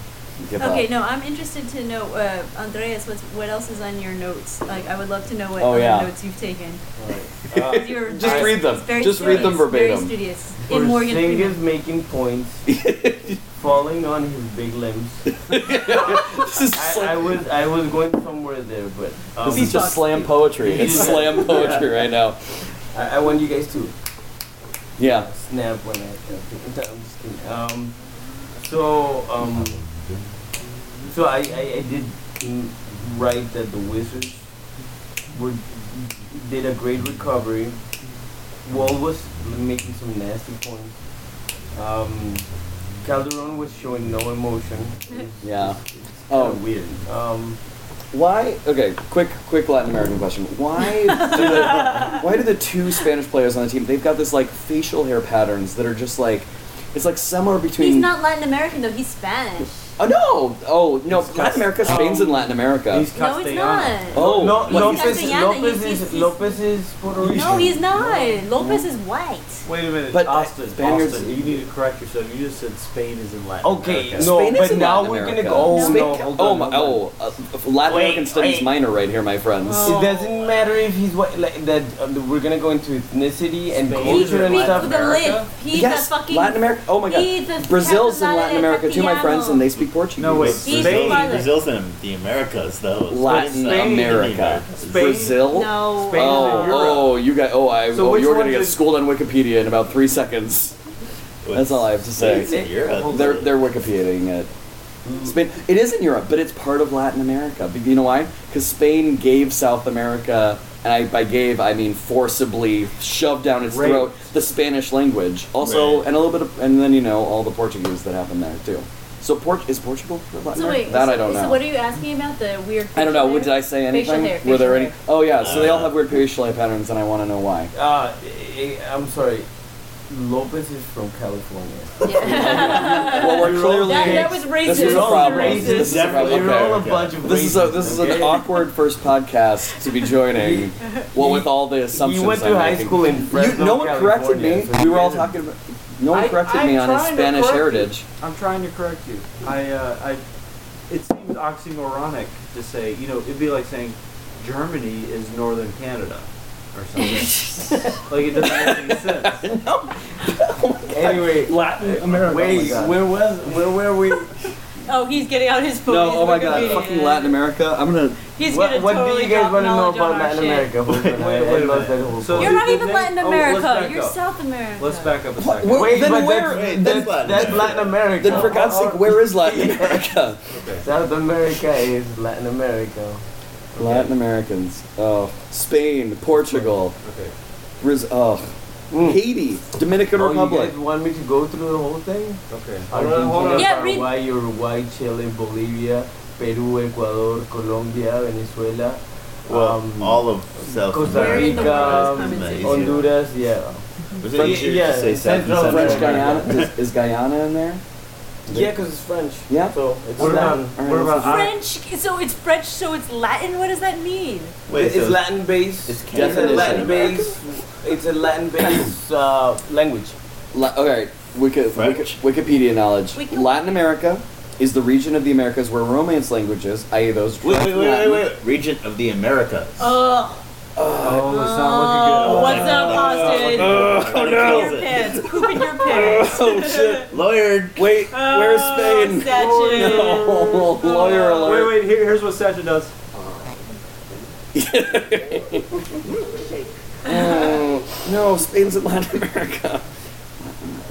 K: give
D: okay,
K: up.
D: no, I'm interested to know, uh, Andreas, what's, what else is on your notes? Like, I would love to know what
K: Oh,
D: other
K: yeah.
D: notes you've taken.
K: Uh,
D: You're
K: just
D: very-
K: read them.
D: very
K: Just read them
D: studious,
K: verbatim.
D: Very studious. In Morgan
L: Porzingis
D: Freeman.
L: making points, falling on his big limbs. I, I was I was going somewhere there, but um,
K: This is just slam poetry. It's
L: Yeah.
K: slam poetry right now.
L: I, I want you guys to
K: Yeah.
L: snap when I. uh, I'm just kidding. Um, so um, so I, I, I did mm, write that the Wizards were did a great recovery. Wall was making some nasty points. Um, Calderon was showing no emotion.
K: Yeah.
L: Oh,
K: Oh.
L: weird. Um,
K: Why? Okay, quick, quick Latin American question. Why? Do the, why do the two Spanish players on the team? They've got this like facial hair patterns that are just like, it's like somewhere between.
D: He's not Latin American, though. He's Spanish.
K: Oh no! Oh no! Latin America,
L: um,
K: Spain's in Latin America.
L: he's
D: No, it's
L: Castellano.
D: not.
K: oh,
L: No,
K: what-
D: Lopez-
L: Lopez,
D: Castellano,
L: Lopez
D: he's-
L: is
D: he's-
L: Lopez is Puerto Rican.
D: No, he's not. Lopez is white.
E: Wait a minute,
K: But uh,
E: Austin,
K: Spaniards-
E: Austin, you need to correct yourself. You just said Spain is in Latin.
L: Okay,
E: America.
L: no,
K: Spain is
L: but
K: in
L: now
K: Latin
L: we're
K: America.
L: gonna go.
K: Spain-
L: no, hold
K: oh
L: on,
K: my!
L: hold
K: Oh, uh, Latin
L: Wait,
K: American studies
L: wait.
K: minor right here, my friends.
L: on. It doesn't matter if he's what like that. Um, we're gonna go into ethnicity and
E: Spain
D: He's
E: He's is
L: culture
E: in
L: and
E: Latin
L: stuff.
D: with a lip. He's
K: yes,
D: a fucking.
K: Latin America. Oh my
D: he's
K: God!
D: a
K: Brazil's in Latin
D: Catalan
K: America too, my friends,
D: Castellano.
K: and they speak Portuguese.
L: No, wait.
D: He's
L: Spain,
D: Spanish.
E: Brazil's in the Americas, though.
K: Latin
E: Spain-
K: America.
L: Spain-
K: Brazil.
D: No.
L: Spain is
K: Oh,
L: in Europe.
K: oh, you got. Oh, I.
L: So
K: oh,
L: which
K: you're
L: one
K: gonna get
L: did-
K: schooled on Wikipedia in about three seconds. That's all I have to say.
E: Spain's in Europe.
K: They're they're Wikipediaing it. Spain. It is in Europe, but it's part of Latin America. But you know why? Because Spain gave South America, and I, by gave I mean forcibly shoved down its
L: Right.
K: throat the Spanish language. Also,
E: Right.
K: and a little bit of, and then you know all the Portuguese that happened there too. So Port is Portugal part of Latin
D: So
K: America?
D: wait,
K: that
D: so,
K: I don't know.
D: So what are you asking about the weird?
K: I don't know.
D: facial
K: What, did
D: hair?
K: I say
D: Facial
K: anything?
D: hair,
K: Were there
D: facial
K: any?
D: hair.
K: Oh yeah. So they all
E: Uh,
K: have weird facial hair patterns, and I want to know why.
L: Uh, eh, eh, I'm sorry. Lopez is from California.
D: Yeah.
K: Well, we're clearly.
D: that, that was racist.
K: This is a problem.
L: Racist.
K: This is a problem.
L: You're all a
K: Okay.
L: bunch of
K: This is a this is
L: racists,
K: an
L: okay?
K: awkward first podcast to be joining. Well, with all the assumptions.
L: You went
K: I'm
L: to high
K: making.
L: school in
K: You,
L: Fresno,
K: no one corrected me.
L: California, so
K: we were all
L: you-
K: talking about. No one
O: I-
K: corrected
O: I'm
K: me on his
O: trying to
K: Spanish
O: correct you.
K: heritage.
O: I'm trying to correct you. I, uh, I, it seems oxymoronic to say, you know, it'd be like saying Germany is northern Canada or something. like it doesn't make any sense.
L: Anyway,
O: Latin America.
K: Oh
L: wait, where was where were we?
D: Oh, he's getting out his phone.
K: No,
D: He's
K: oh my god,
D: Wikipedia.
K: fucking Latin America. I'm gonna.
D: He's
L: what
D: gonna
L: what
D: totally
L: do you guys
D: want to
L: know about Latin America? Hold on,
O: Wait,
L: I-
O: wait,
L: I
O: wait a minute.
L: lost that whole
O: So-
L: point.
D: You're not even
O: Oh,
D: Latin
O: let's
D: America.
O: back
D: You're
O: up.
D: South America.
O: Let's back up a second.
K: Where-
L: Wait,
K: then
L: but
K: where-
L: that's,
K: then-
L: that's, that's Latin America.
K: Then for God's sake, where is Latin America?
L: South America is Latin America.
K: Latin Americans. Oh, Spain, Portugal,
O: Okay.
K: Riz- oh,
L: Mm.
K: Haiti, Dominican
L: Oh, you
K: Republic.
L: guys want me to go through the whole thing?
O: Okay.
L: Argentina,
D: Yeah, read-
L: Paraguay, Uruguay, Chile, Bolivia, Peru, Ecuador, Colombia, Venezuela, um,
P: all of South
L: Costa
D: Where in the
L: Rica,
D: world is
P: America.
D: Clemente?
L: Honduras, yeah.
P: Was
L: French-
P: it easier
L: yeah,
P: to say South
L: Central
P: and
K: French
P: Central
K: Guyana.
P: America?
K: Is, is Guyana in there?
L: Yeah, because it's French.
K: Yeah.
L: So it's
O: What about-
L: Latin.
K: All right,
O: what
K: let's-
O: about
D: French. So it's French. So it's Latin. What does that mean?
P: Wait,
L: it's
P: so
L: Latin based.
P: it's
L: It's a
P: Canada.
L: Latin based. It's a Latin based uh, language.
K: La- okay, Wiki, Wiki,
P: French?
K: Wikipedia knowledge.
D: Wiki-
K: Latin America is the region of the Americas where Romance languages, i.e., those.
P: Wait,
K: derived
P: wait,
K: from
P: wait, wait,
K: Latin-
P: wait. Region of the Americas.
D: Oh,
O: Oh, it's not
D: oh
O: looking
D: what's up, Austin?
P: oh,
D: Poop in your pants. Poop in your pants.
K: Oh shit!
P: Lawyered.
K: Wait, where's
D: Oh,
K: Spain?
D: Sachin.
K: Oh, no, lawyer
O: good.
K: alert.
O: Wait, wait. Here, here's what Satcha does.
K: Oh, no, Spain's in Latin America.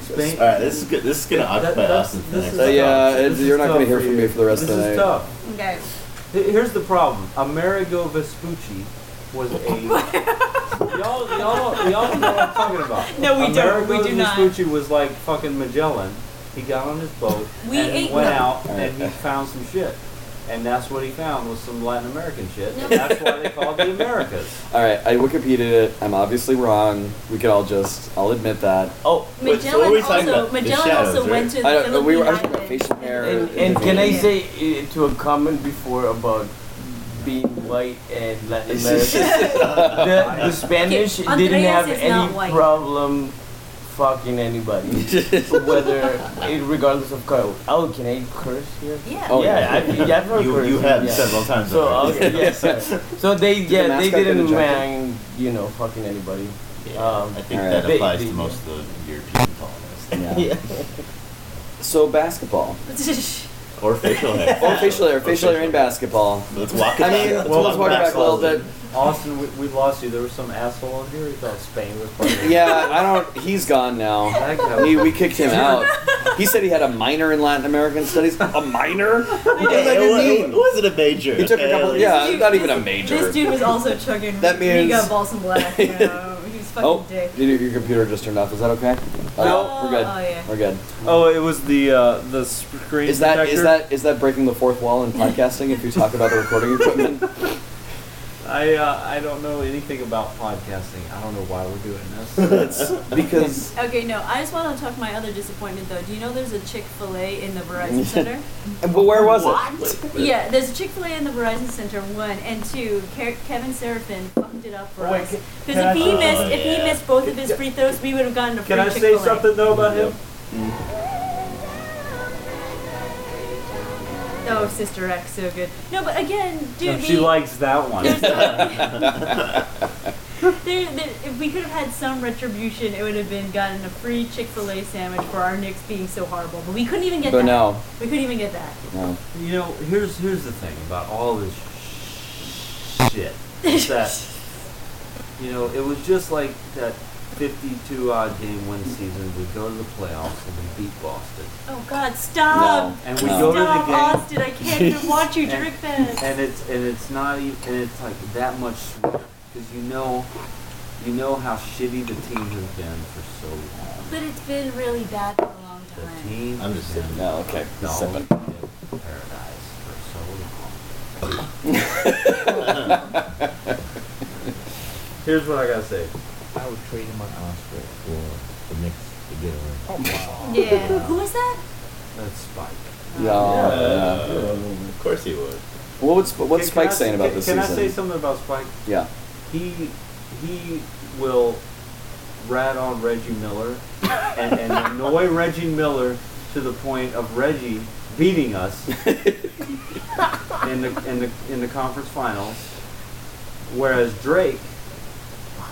O: Spain.
P: All right, this is good. This is gonna occupy
O: that's-
P: Austin for the
O: this
P: next.
O: is-
K: Uh, yeah,
O: This
K: it's,
O: is
K: you're not gonna
O: tough
K: hear
O: for
K: from
O: you.
K: me for the rest
O: This
K: of the
O: is
K: night.
O: tough.
D: Okay.
O: H- Here's the problem. Amerigo Vespucci was a. y'all, y'all, y'all know what I'm talking about.
D: No, we don't. We
O: Amerigo
D: do not.
O: Vespucci was like fucking Magellan. He got on his boat
D: We
O: and
D: ate
O: went
D: them.
O: out and he found some shit. And that's what he found was some Latin American shit. And
D: No.
O: that's why they called it the Americas.
K: All right, I Wikipedia it. I'm obviously wrong. We could all just, I'll admit that.
L: Oh,
P: Wait, so what
D: Magellan
P: were we talking
D: also
P: about? The
D: Magellan
P: shadows,
D: also went
P: right?
D: to the
K: I don't know.
D: Philippine
K: We were I was talking about
D: Islands.
K: facial hair.
L: and, and can I say uh, to a comment before about being white and Latin American? the, the Spanish
D: Okay,
L: didn't
D: Andreas
L: have
D: is not
L: any
D: white.
L: problem
M: fucking anybody, whether it, regardless of code. Oh, can I curse here?
D: Yeah.
M: Oh, yeah. I, mean, yeah, I've heard
E: You,
M: curse,
E: you have
M: yeah.
E: several times.
M: So
E: already.
M: okay, yeah, sorry. So they
E: Did the
M: yeah they
E: mascot get
M: didn't
E: ejected?
M: mind you know fucking anybody. um,
E: I think
K: All
E: that
K: right.
E: applies
M: They-
E: to
M: they-
E: most of the European colonists.
K: Yeah. So basketball.
E: Or facial hair.
K: Or facial hair. Facial hair in basketball.
E: Let's walk it
K: I mean,
E: back.
K: let's, let's walk it back a little bit.
L: Austin, we, we lost you. There was some asshole on here who thought Spain was part of it.
K: Yeah, I don't. He's gone
L: That guy.
K: now. He, we kicked him out. He said he had a minor in Latin American studies. A minor? What does that
E: Yeah,
K: even
E: wa-
K: mean?
E: Was it a major?
K: He took a
E: okay,
K: couple.
E: like-
K: Yeah,
D: Dude,
K: not even a
D: this-
K: major.
D: This dude was also chugging.
K: That
D: He
K: means-
D: got balls and black. You know, he was fucking
K: Oh,
D: dick.
K: your, your computer just turned off. Is that okay? Oh,
D: No.
K: we're good.
D: Oh, yeah.
K: We're good.
L: Oh, it was the uh, the screen
K: Is that is
L: protector.
K: that is that breaking the fourth wall in podcasting? if you talk about the recording equipment,
L: I uh, I don't know anything about podcasting. I don't know why we're doing this.
K: it's because
D: Okay, no, I just want to talk my other disappointment though. Do you know there's a Chick Fil A in the Verizon Center?
K: but where was it?
D: yeah, there's a Chick Fil A in the Verizon Center. One and two. Ke- Kevin Seraphin fucked it up for
L: Wait,
D: us
L: can-
D: because
L: can
D: if he
L: I-
D: missed,
L: Oh,
D: if he
L: yeah.
D: missed both of his free throws, we would have gotten a free
L: Can I
D: Chick
L: say
D: Fil A.
L: something though about him?
D: Oh, Sister X, so good. No, but again, dude,
L: No, she
D: we-
L: likes that one.
D: There's There, there, if we could have had some retribution, it would have been gotten a free Chick Fil A sandwich for our Knicks being so horrible. But we couldn't even get
K: But
D: that.
K: no.
D: we couldn't even get that.
K: No.
L: You know, here's here's the thing about all this sh- shit. is that you know, it was just like that 52 odd game win season. We go to the playoffs and we beat Boston,
D: Oh God, stop!
K: No.
L: and we
K: No.
L: go to the
D: Stop,
L: game.
D: Austin! I can't even watch you drink that.
L: and it's and it's not even and it's like that much because you know you know how shitty the team has been for so long.
D: But it's been really bad for a long
L: The
D: time.
L: team
E: I'm just
L: has
E: sitting.
L: been
E: No, okay.
L: the
E: Just
L: only
E: sipping.
L: paradise for so long. Here's what I gotta say.
Q: I would trade in my Oscar for the Knicks to get away.
D: Yeah. Who was that?
L: That's Spike.
K: Yeah.
E: Uh, of course he would.
K: What would Sp- what's
L: Can- can
K: Spike
L: I-
K: saying about
L: can-
K: this
L: Can I say
K: season?
L: something about Spike?
K: Yeah.
L: He he will rat on Reggie Miller and, and annoy Reggie Miller to the point of Reggie beating us in the in the in the conference finals. Whereas Drake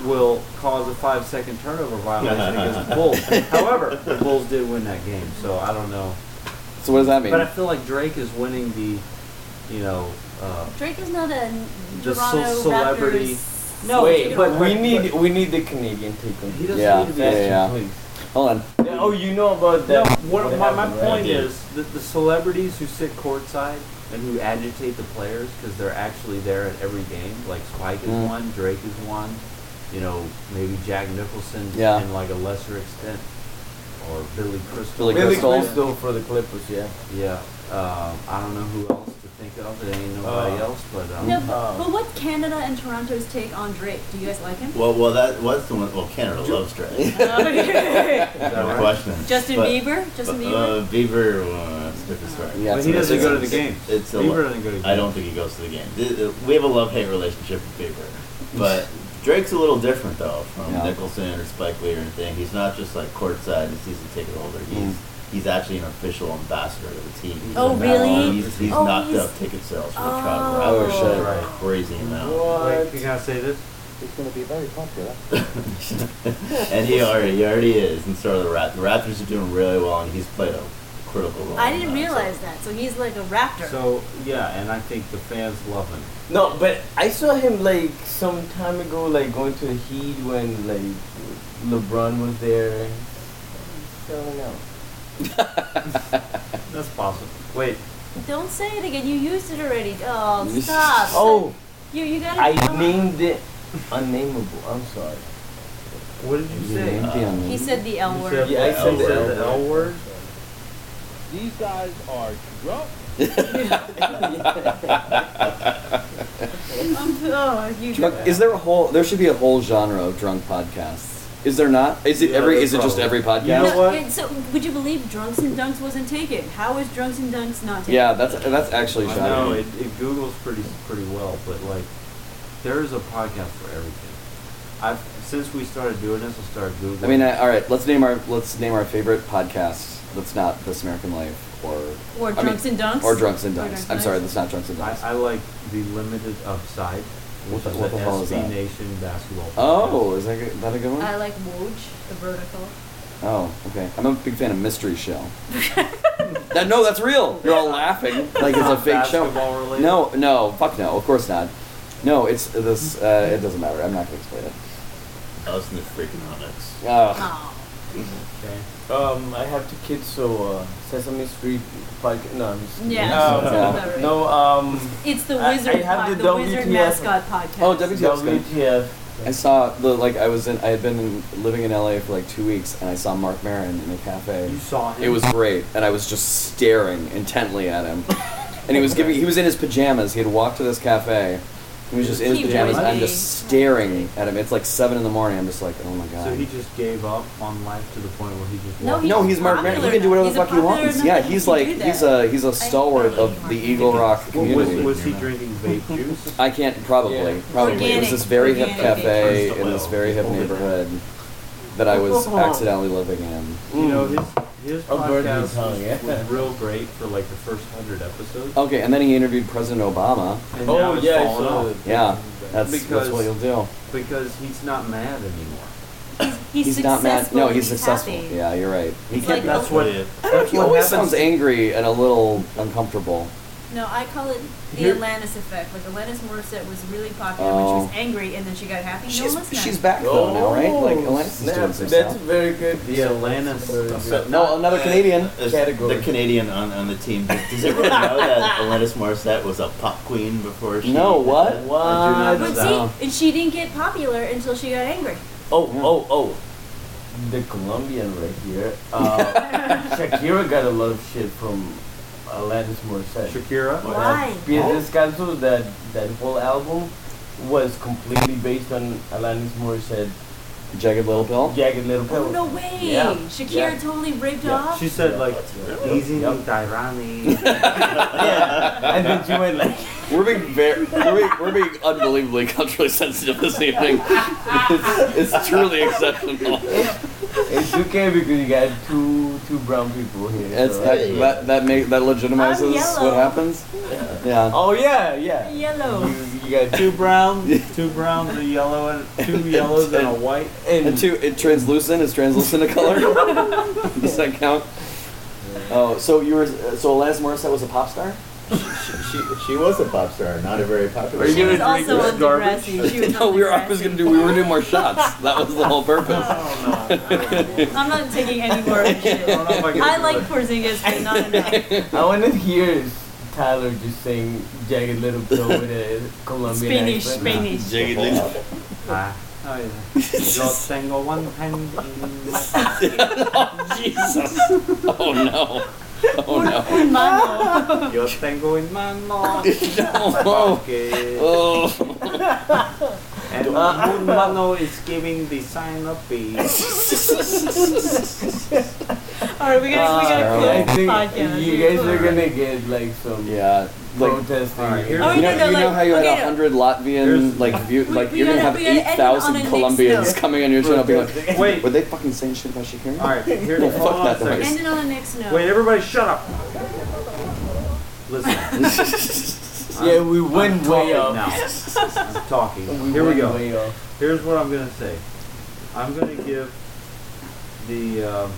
L: will cause a five second turnover violation against the Bulls. However, the Bulls did win that game, so I don't know.
K: So what does that mean?
L: But I feel like Drake is winning the, you know, uh,
D: Drake is not a
L: The ce-
D: Toronto
L: celebrity-
D: Raptors.
L: No,
M: Wait,
L: but-
M: we
L: but-
M: need we need the Canadian take on
L: he
M: this.
L: doesn't
K: Yeah,
L: need to be.
K: yeah, yeah.
M: Please.
K: Hold on.
M: Oh, you know about
L: No,
M: that?
L: what, my, my
M: happened, right?
L: point is that the celebrities who sit courtside and who agitate the players because they're actually there at every game, like Spike is
K: Mm.
L: one, Drake is one, you know, maybe Jack Nicholson
K: Yeah.
L: in like a lesser extent, or Billy Crystal.
K: Billy
M: Billy
K: Crystal.
M: Crystal for the Clippers, yeah.
L: Yeah, um, I don't know who else to think of. It ain't nobody
M: Uh,
L: else, but um,
D: No, but, but what's Canada and Toronto's take on Drake? Do you guys like him?
E: Well, well, that was the one. Well, Canada loves Drake.
D: Justin
L: is that
E: No
L: right?
E: question. But-
D: Bieber? Justin
E: but,
D: Bieber?
E: Uh, Beaver, uh, well, that's a different story.
K: Yeah,
L: But
K: it's
L: he
K: a
L: doesn't
K: mess.
L: go to the games.
E: It's a
L: Beaver
E: lo-
L: doesn't go to the
E: I don't think he goes to the game. Th- th- We have a love-hate relationship with Beaver, but Drake's a little different though from
K: Yeah.
E: Nicholson or Spike Lee or anything. He's not just like courtside and season ticket holder. He's he's actually an official ambassador of the team. He's
D: Oh,
E: a-
D: really?
E: He's, he's
D: Oh,
E: knocked
D: he's-
E: out ticket sales for the
D: Oh.
E: crowd.
K: Oh,
E: Rockets,
K: shit.
E: like, Crazy amount.
L: Wait, you gotta say this.
Q: It's going to be very popular.
E: and he already he already is, and so are the Raptors. The Raptors are doing really well, and he's played a critical role.
D: I
E: in
D: didn't
E: that, so-
D: realize that. So he's like a raptor.
L: So yeah, and I think the fans love him.
M: No, but I saw him like some time ago, like going to the Heat when like LeBron was there. I don't know.
L: That's possible. Wait,
D: Don't say it again. You used it already. Oh, stop.
M: Oh,
D: you you gotta.
M: I
D: come on.
M: named it unnameable. I'm sorry.
L: what did you say?
K: named him.
D: He said the L
L: You
D: word.
L: said
M: Yeah, I
L: the
M: said
L: L
M: the
L: word.
M: L
L: L word.
Q: These guys are drunk.
D: Um, oh, you.
K: Drunk, is there a whole? There should be a whole genre of drunk podcasts. Is there not? Is it
L: Yeah,
K: every?
L: there
K: Is it just
L: probably-
K: every podcast?
L: You know
D: No,
L: what?
D: and so would you believe Drunks and Dunks wasn't taken? How is Drunks and Dunks not taken?
K: Yeah, that's that's actually
L: I know
K: genre.
L: it, it Google's pretty pretty well, but like there is a podcast for everything.
M: I've since we started doing this, I started googling.
K: I mean, I, all right. Let's name our let's name our favorite podcast. That's not This American Life or
D: Or
K: I mean,
D: Drunks and Dunks?
K: or Drunks and
D: Or
K: Dunks.
D: Drunks
K: I'm
D: and
K: sorry,
D: Dunks.
K: that's not Drunks and Dunks.
M: I, I like the limited upside,
K: What
M: which
K: the-
M: is
K: what
M: the
K: the hell is
M: SB
K: that?
M: Nation basketball.
K: oh, is that good, that a good one?
D: I like Woj, the vertical.
K: oh, okay. I'm a big fan of Mystery Show. that, no, that's real. You're all laughing like it's a
M: Not
K: fake show.
M: basketball related?
K: No, no, fuck no. Of course not. No, it's this. Uh, it doesn't matter. I'm not gonna explain it.
E: I was in the freakonomics.
K: Ugh.
M: Okay.
L: Um, I have two kids, so uh, Sesame Street Park. No, I'm just kidding.
D: Yeah,
L: no,
D: sounds
L: no,
D: about right.
L: no. Um,
D: It's the
L: I- I
D: wizard,
L: have
D: pod-
L: the
D: the, wizard
L: WTF.
D: mascot podcast.
K: Oh, WTF's good.
L: WTF?
K: I saw the like I was in I had been in, living in LA for like two weeks and I saw Mark Maron in a cafe.
M: You saw him.
K: It was great, and I was just staring intently at him. And he was giving he was in his pajamas. He had walked to this cafe. He was just in his
D: Keep
K: pajamas.
D: going.
K: I'm just staring at him. It's like seven in the morning. I'm just like, oh my god.
M: So he just gave up on life to the point where he just.
D: No,
M: walked-
K: no, he's Mark Maron. He
D: Oh, popular
K: can do
D: now.
K: whatever
D: He's
K: the
D: a
K: fuck he
D: popular
K: wants.
D: enough
K: Yeah,
D: that he
K: he's
D: can
K: like
D: do that.
K: he's a he's a stalwart
D: really
K: of
D: like
K: the
D: Mark
K: Eagle Rock
M: Well, was,
K: community.
M: was he drinking vape juice?
K: I can't probably
L: Yeah.
K: probably it was
D: Organic-
K: this very hip
D: organic
K: cafe
E: vape.
K: in this very hip
E: Oh, yeah.
K: neighborhood that I was accidentally living in.
M: You know his his
L: Oh, Gordon
M: podcast was,
L: was telling, yeah.
M: was real great for like the first hundred episodes.
K: Okay, and then he interviewed President Obama.
M: And
L: Oh,
M: now it's
L: yeah, I
M: fallen
L: saw
M: off.
L: it.
K: Yeah, that's that's
M: Because-
K: what you'll do.
M: Because he's not mad anymore.
D: He's,
K: not mad.
D: successful,
K: No, he's successful.
D: happy.
K: Yeah, you're right. He
D: It's like-
K: can't-
M: That's what.
E: Yeah.
K: I don't know,
M: That's
K: he
M: what
K: always
M: happens.
K: sounds angry and a little uncomfortable.
D: No, I call it the
L: Here-
D: Alanis effect. Like Alanis Morissette was really popular
K: Oh.
D: when she was angry, and then she got happy.
K: She's
D: no one's
K: she's
D: not.
K: back though now, right? Like Alanis is
L: snap.
K: doing some
L: That's
K: stuff.
L: very good.
M: The Alanis.
L: Very
E: So,
L: good.
K: No, another Canadian
E: is
L: category.
E: The Canadian on, on the team. Does everyone know that Alanis Morissette was a pop queen before she?
K: No, what?
M: I do
D: But
M: not know that.
D: see, and she didn't get popular until she got angry.
L: Oh, oh, oh. The Colombian right here. Uh, Shakira got a lot of shit from Alanis Morissette.
M: Shakira.
E: What?
D: Why?
L: Pies Descalzos, that, that whole album, was completely based on Alanis Morissette,
K: Jagged Little Pill.
L: Jagged Little Pill.
D: Oh, no way!
L: Yeah.
D: Shakira
L: Yeah.
D: totally ripped
L: Yeah.
D: off.
M: She said like, "Easy,
L: Yep.
M: Dairani."
L: yeah, and then she went like,
K: We're being very, we're being, we're being unbelievably culturally sensitive this evening. It's, it's truly exceptional.
L: it's okay because you got two two brown people here.
K: It's,
L: so-
K: that that that, make, that
D: I'm
K: legitimizes
D: yellow.
K: what happens. Yeah.
L: oh yeah, yeah.
D: Yellow.
L: You, you got two
M: two browns, two browns, a yellow, and two yellows and a white.
L: and,
K: And two, it translucent is translucent a color? Does that count? Oh, so you were so Alanis Morissette was a pop star?
E: She, she was a pop star, not a very popular.
L: Are you
D: She was
L: gonna drink
D: also
L: this
D: on
L: garbage?
D: Degrassi. She was
K: no,
D: on
K: we were I
D: Degrassi.
K: was gonna do we were doing more shots. That was the whole purpose.
M: I don't know.
D: I'm not taking any more of
M: I
D: shit.
M: don't know if I can.
D: I
M: do
D: like
M: it.
D: Porzingis, but not enough.
L: I want to hear Tyler just saying "Jagged Little Pill" with a Colombian
D: Spanish,
L: accent.
D: Spanish.
M: Ah, oh yeah. Yo tengo one hand in my
K: oh Jesus. Oh no. Oh no.
D: Un mano.
M: Yo tengo en mano.
K: No.
M: Okay.
K: Oh.
M: And un mano is giving the sign of peace.
D: All right, we gotta, we gotta
K: Uh,
D: close
L: I think
D: podcast.
L: you guys are gonna get like some
K: Yeah. Like
L: protesting.
M: Alright,
L: here.
M: here's-
D: Oh,
K: you know,
D: no, no,
K: you know
D: like-
K: how you
D: okay,
K: had a
D: no.
K: hundred Latvian
M: Here's-
K: like view,
D: We-
K: like
D: we
K: you're gonna
D: gotta-
K: have
D: we gotta end
K: eight
D: it on a
K: thousand
D: next
K: Colombians
D: note.
K: coming on your channel, being like,
M: Wait.
K: "Were they fucking saying shit about Shakira?"
M: Alright, here.
L: Oh,
K: No,
M: hold
K: fuck
M: on
K: that
M: a second.
K: noise.
D: End it on the next note.
M: Wait, everybody, shut up. Listen.
L: Yeah, we went
M: I'm
L: way
M: talking
L: off.
M: now. I'm
L: We
M: talking. Here we
L: went
M: go.
L: Way off.
M: Here's what I'm gonna say. I'm gonna give the um,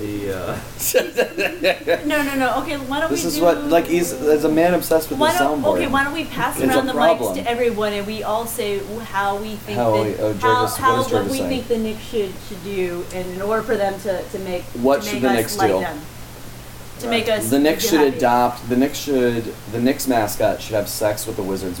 M: the uh,
D: No, no, no. Okay, why don't
K: This
D: we
K: is
D: do...
K: what like he's as a man obsessed with the
D: Why don't,
K: soundboard.
D: okay, why don't we pass
K: It's
D: around
K: a
D: the mics
K: problem.
D: to everyone and we all say wh- how we think
K: How we-
D: that, how,
K: oh, Jervis- what
D: how
K: is
D: what
K: Jervis
D: we
K: saying?
D: think the Knicks should should do and in order for them to, to make
K: What
D: to make
K: should the
D: us
K: Knicks
D: like
K: do?
D: them. To make us
K: the Knicks
D: get
K: should
D: happy.
K: adopt the Knicks should the Knicks mascot should have sex with the Wizards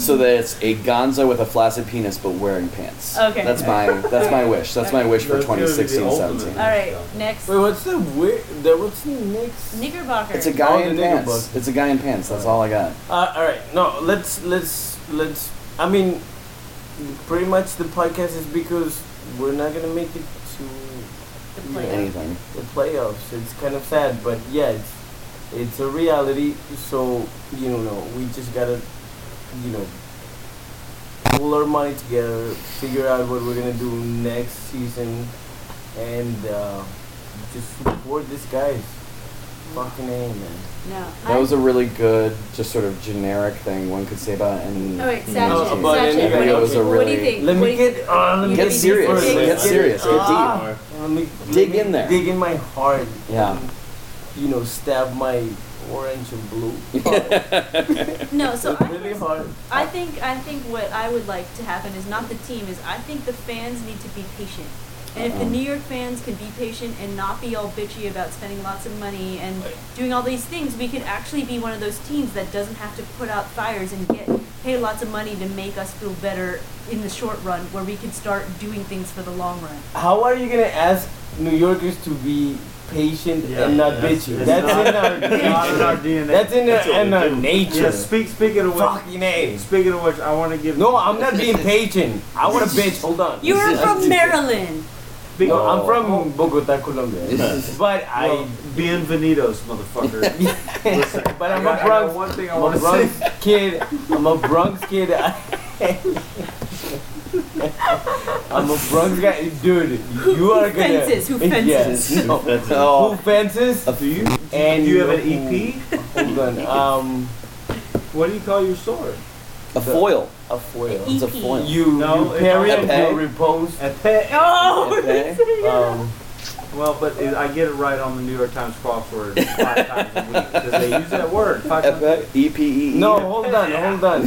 K: so that it's a Gonzo with a flaccid penis but wearing pants.
D: Okay.
K: that's my that's my wish. That's my wish for
M: That's gonna be the
K: 2016-17.
M: ultimate.
D: All right, next
L: Wait, what's the wi- the what's the next?
D: Knickerbocker.
K: It's a guy
L: All the
K: in
L: nigger
K: pants.
L: bugs.
K: It's a guy in pants. That's all I got.
L: Uh, all right, no, let's let's let's. I mean, pretty much the podcast is because we're not gonna make it to
D: The player.
K: Anything.
L: the playoffs. It's kind of sad, but yeah, it's it's a reality. So you know, we just gotta, you know, pull our money together, figure out what we're gonna do next season, and uh, just support this guy's fucking A, man.
R: No.
K: That was a really good, just sort of generic thing one could say about any.
D: Oh, wait, Sachin,
K: movie.
D: Sachin,
K: It
D: what do you-
K: was
D: what
K: a
D: do you
K: really-
D: think?
L: Let
D: What
L: me
D: do you-
L: get, uh, let me
K: Get
L: get
K: serious.
L: deep first.
K: Get serious. Get
L: Ah, Let me,
K: Dig
L: let me
K: in there.
L: Dig in my heart.
K: Yeah.
L: and, You know, stab my orange and blue.
D: No, so I,
L: really hard.
D: I think I think what I would like to happen is not the team is I think the fans need to be patient. And if the
K: Uh-oh.
D: New York fans can be patient and not be all bitchy about spending lots of money and doing all these things, we could actually be one of those teams that doesn't have to put out fires and get pay lots of money to make us feel better in the short run, where we could start doing things for the long run.
L: How are you gonna ask New Yorkers to be patient
M: Yeah,
L: and not
M: that's-
L: bitchy?
M: it's
L: That's
M: not-
L: in our
M: not in our DNA.
L: That's in
M: That's
L: our,
M: what
L: in
M: we
L: our
M: do.
L: nature.
M: Yeah, speak, speaking of which,
L: Fucking A.
M: speaking of which, I want to give.
L: No, I'm not being patient. I want a bitch. Hold on.
D: You are from Maryland.
M: Be-
L: No, I'm from Bogota, Colombia. but I,
M: Well, bienvenidos, motherfucker. Listen,
L: but I'm
M: I got-
L: a
M: I got
L: Bronx,
M: One thing I
L: I'm a
M: want to
L: Bronx
M: say.
L: kid. I'm a Bronx kid. I'm a Bronx guy, dude. You are gonna
D: fences? Who fences?
L: Yes, no.
K: No.
L: Who fences?
M: Do you?
L: And
M: do you have an
L: who-
M: EP?
L: Hold on. Um,
M: What do you call your sword?
K: A foil.
L: a foil.
K: It's a
D: EP.
K: foil.
L: You,
M: No,
L: you parry
K: it's-
L: and
K: Okay.
L: you repose.
M: A pe-
D: Oh,
K: Okay.
L: Um,
M: Well, but it, I get it right on the New York Times crossword five times a week because they use that word. Five times a
K: Epe.
M: week.
K: Epe.
L: no, hold on, hold on.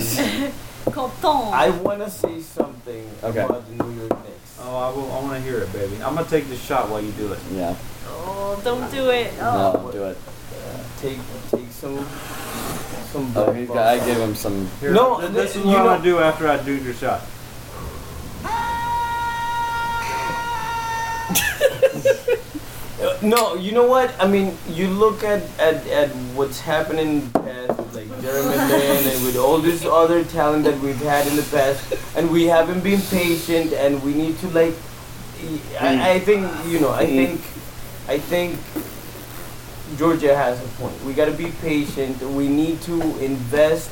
D: Coton.
L: I wanna say something
K: Okay.
L: about the New York Knicks.
M: Oh, I, will, I want to hear it, baby. I'm gonna take this shot while you do it.
K: Yeah.
D: Oh, don't do it. Oh.
K: No, do it.
L: Take, take some, some.
K: Oh, he's got, I gave him some.
M: Here,
L: No,
M: th- this is
L: th-
M: what
L: you
M: I'm
L: know-
M: gonna do after I do your shot.
L: No, you know what? I mean, you look at, at, at what's happening in the past, with, like Jeremy Lin and with all this other talent that we've had in the past, and we haven't been patient, and we need to like. I, I think you know. I think, I think. Georgia has a point. We got to be patient. We need to invest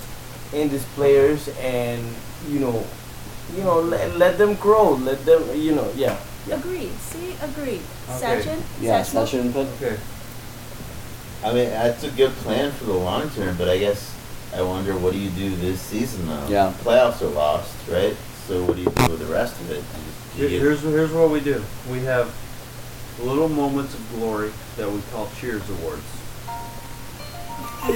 L: in these players, and you know, you know, let, let them grow. Let them, you know, yeah.
D: Agreed. See, agreed.
M: Okay.
D: Sachin.
K: Yeah,
D: Sachin?
K: session input.
M: Okay.
E: I mean, that's a good plan for the long term, but I guess I wonder what do you do this season though?
D: Oh.
K: Yeah.
E: Playoffs are lost, right? So what do you do with the rest of it? Do
M: Here-
E: you- do you
M: Here's here's what we do. We have little moments of glory that we call Cheers Awards.
D: So,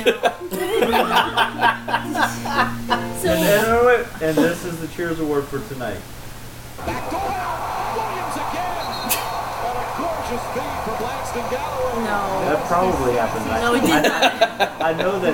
M: And, and, wait, and this is the Cheers Award for tonight.
S: Williams again. What a gorgeous feed from Langston Galloway.
D: no.
M: That probably happened. I-
D: No, it did not.
M: I know that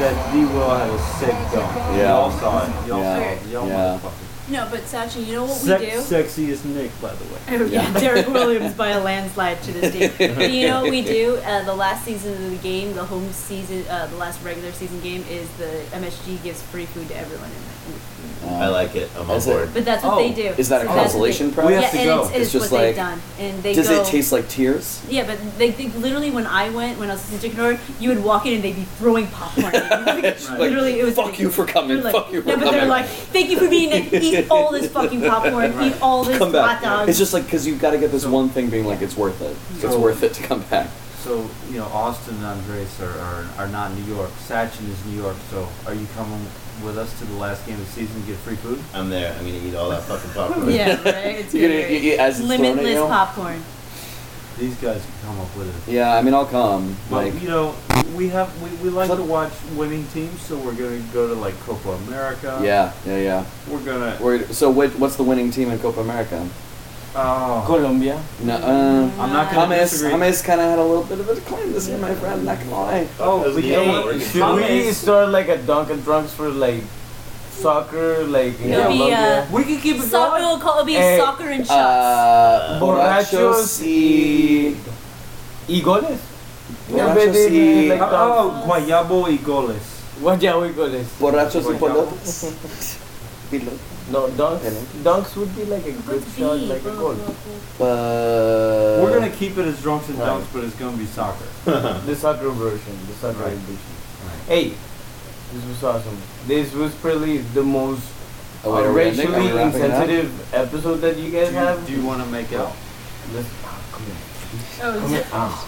M: that D Will had a sick dunk.
K: Yeah.
M: Y'all saw it. Y'all
K: Yeah.
M: saw it. Y'all
K: Yeah.
M: motherfuckers.
D: No, but Sachin, you know what we
M: Sex,
D: do?
M: sexiest Nick, by the way.
D: Oh, yeah, Derek Williams by a landslide to this day. But you know what we do? Uh, the last season of the game, the home season, uh, the last regular season game is the MSG gives free food to everyone. In it.
E: I like it. I'm on
K: Is it-
E: board.
D: But that's what
M: Oh,
D: they do.
K: is that a
D: that's what they-
K: consolation prize?
M: We
D: Yeah,
M: have to
D: and
M: go.
D: it's, it's,
K: It's just
D: what they've
K: like-
D: done, and they
K: Does
D: go.
K: it taste like tears?
D: Yeah, but they, they literally when I went when I was in Chicken Order, you would walk in and they'd be throwing popcorn. At you.
K: Like,
D: literally, it was
K: fuck you for coming,
D: they're like-
K: fuck you for
D: no, but they're
K: coming.
D: like, thank you for being like, eat all this fucking popcorn, eat all this
K: Come
D: hot
K: back.
D: dog.
K: It's just like because you've got to get this one thing being like it's worth it. It's
M: So-
K: worth it to come back.
M: So you know, Austin and Andres are, are are not New York. Sachin is New York. So are you coming with us to the last game of the season to get free food?
K: Um,
E: I'm there. I'm gonna eat all that fucking popcorn.
D: yeah, right. It's
K: You
D: great.
K: gonna- you- you- as it's thrown at
D: limitless
K: you?
D: popcorn.
M: These guys can come up with it.
K: Yeah, I mean I'll come.
M: But
K: Like
M: you know, we have we, we like
K: So-
M: to watch winning teams, so we're gonna go to like Copa America.
K: yeah, yeah, yeah.
M: We're gonna.
K: We're, so what, what's the winning team in Copa America?
M: Oh,
L: Colombia.
K: No, um,
M: I'm not gonna
K: James,
M: disagree.
K: James kind of had a little bit of a decline this year, my friend. Not gonna lie.
M: Oh,
E: Doesn't
M: but
E: he
M: you know
E: have
M: what?
E: one?
L: Should we start like a dunk and drunks for like soccer, like in
K: It'll
D: be,
L: Colombia?
D: uh,
L: we could keep it
D: So
L: going.
D: it'll, call, it'll be
L: Hey,
D: soccer and shots.
K: Uh,
L: Borrachos
K: borrachos y
L: Y goles. Ah,
K: borrachos y
L: Like-
M: Oh, Guayabo y Goles.
L: What yeah, we goles.
K: borrachos y polotes. Pilo-
L: No dunks.
K: Penalty.
L: Dunks would be like a good
D: What's
L: shot,
D: V?
L: like a
D: Blah,
L: goal.
D: blah,
K: Uh,
M: We're gonna keep it as drunks and
L: right.
M: dunks, but it's gonna be soccer.
L: The soccer version. The soccer
M: Right.
L: edition. Hey, this was awesome. This was probably the most
K: Oh, wait,
T: a
K: are we ending? Are we
T: racially
K: wrapping it up?
T: insensitive episode that you guys have.
L: Do you want to make out?
T: Let's- oh,
L: ah,
T: come here.
D: Oh,
T: Come
D: yeah.
T: here. Ah.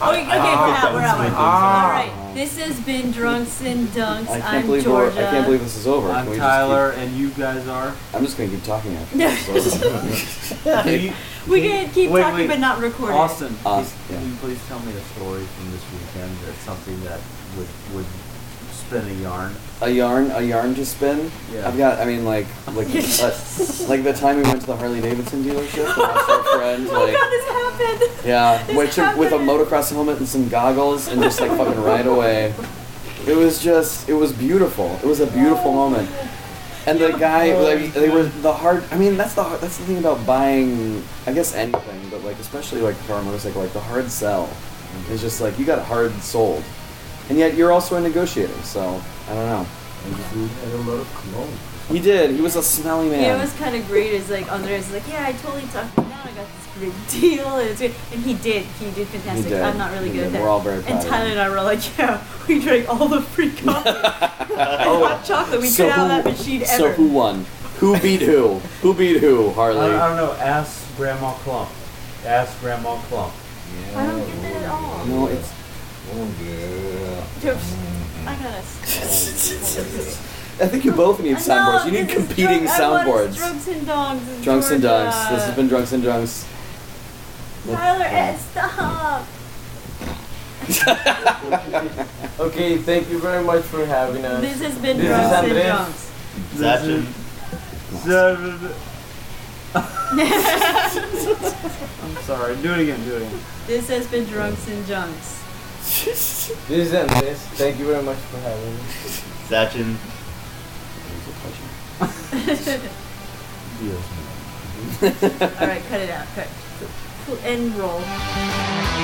D: Okay, okay, we're out, we're out, we're out.
T: Ah.
D: All right, this has been Drunks and Dunks.
K: I
D: I'm
K: can't believe we're, I
D: Georgia.
K: can't believe this is over. Can
L: I'm
K: we just
L: Tyler, and you guys are.
K: Keep, I'm just gonna keep talking after this is over.
L: Do you-
D: we
L: do you-
D: can keep
L: wait,
D: talking
L: wait.
D: but not recording.
L: Austin,
K: Uh,
L: please,
K: yeah.
L: can you please tell me a story from this weekend or something that would would spin a yarn?
K: a yarn, a yarn to spin.
L: Yeah.
K: I've got. I mean, like, like, uh, like the time we went to the Harley Davidson dealership and watched our friends,
D: Oh
K: like,
D: god, this happened!
K: yeah,
D: this
K: which with a
D: happened.
K: motocross helmet and some goggles and just like fucking ride away. It was just, it was beautiful. It was a beautiful
D: Oh.
K: moment. And the guy, like, they were the hard. I mean, that's the hard, that's the thing about buying, I guess anything, but like especially like car and motorcycle, like the hard sell is just like you got hard sold, and yet you're also a negotiator. So I don't know.
T: And you had a lot of cologne.
K: He did. He was a smelly man.
D: Yeah, it was kind of great. It's like on the it's like, yeah, I totally talked him down. I got this great deal, and it's great. And he did. He did fantastic.
K: did.
D: I'm not really
K: He
D: good at
K: did.
D: that.
K: We're all very proud
D: and
K: of him.
D: Tyler and I were like, yeah, we drank all the free coffee and hot chocolate we could out of that machine ever.
K: So Oh. who won? Who beat who? Who beat who, Harley?
L: I, I don't know. Ask Grandma Clump. Ask Grandma Clump.
D: I don't get that at all.
K: no, it's
D: Oops. I gotta. s-
K: I think you both need soundboards. You
D: No,
K: need
D: this Oh is
K: competing
D: drunk- I want
K: soundboards.
D: us Drunks and dogs.
K: Drunks and
D: Georgia.
K: Dunks. This has been Drunks and Dunks.
D: Tyler, eh, stop.
T: Okay, thank you very much for having us.
D: This has been
T: This is
D: Drunks and
T: Andres.
D: Drunks.
U: Zachen.
L: I'm sorry. Do it again. Do it again.
D: This has been Drunks and Junks.
T: This is Andres. Thank you very much for having us.
U: Zachen.
L: Yes.
D: All right, cut it out. Cut. Cool, And roll.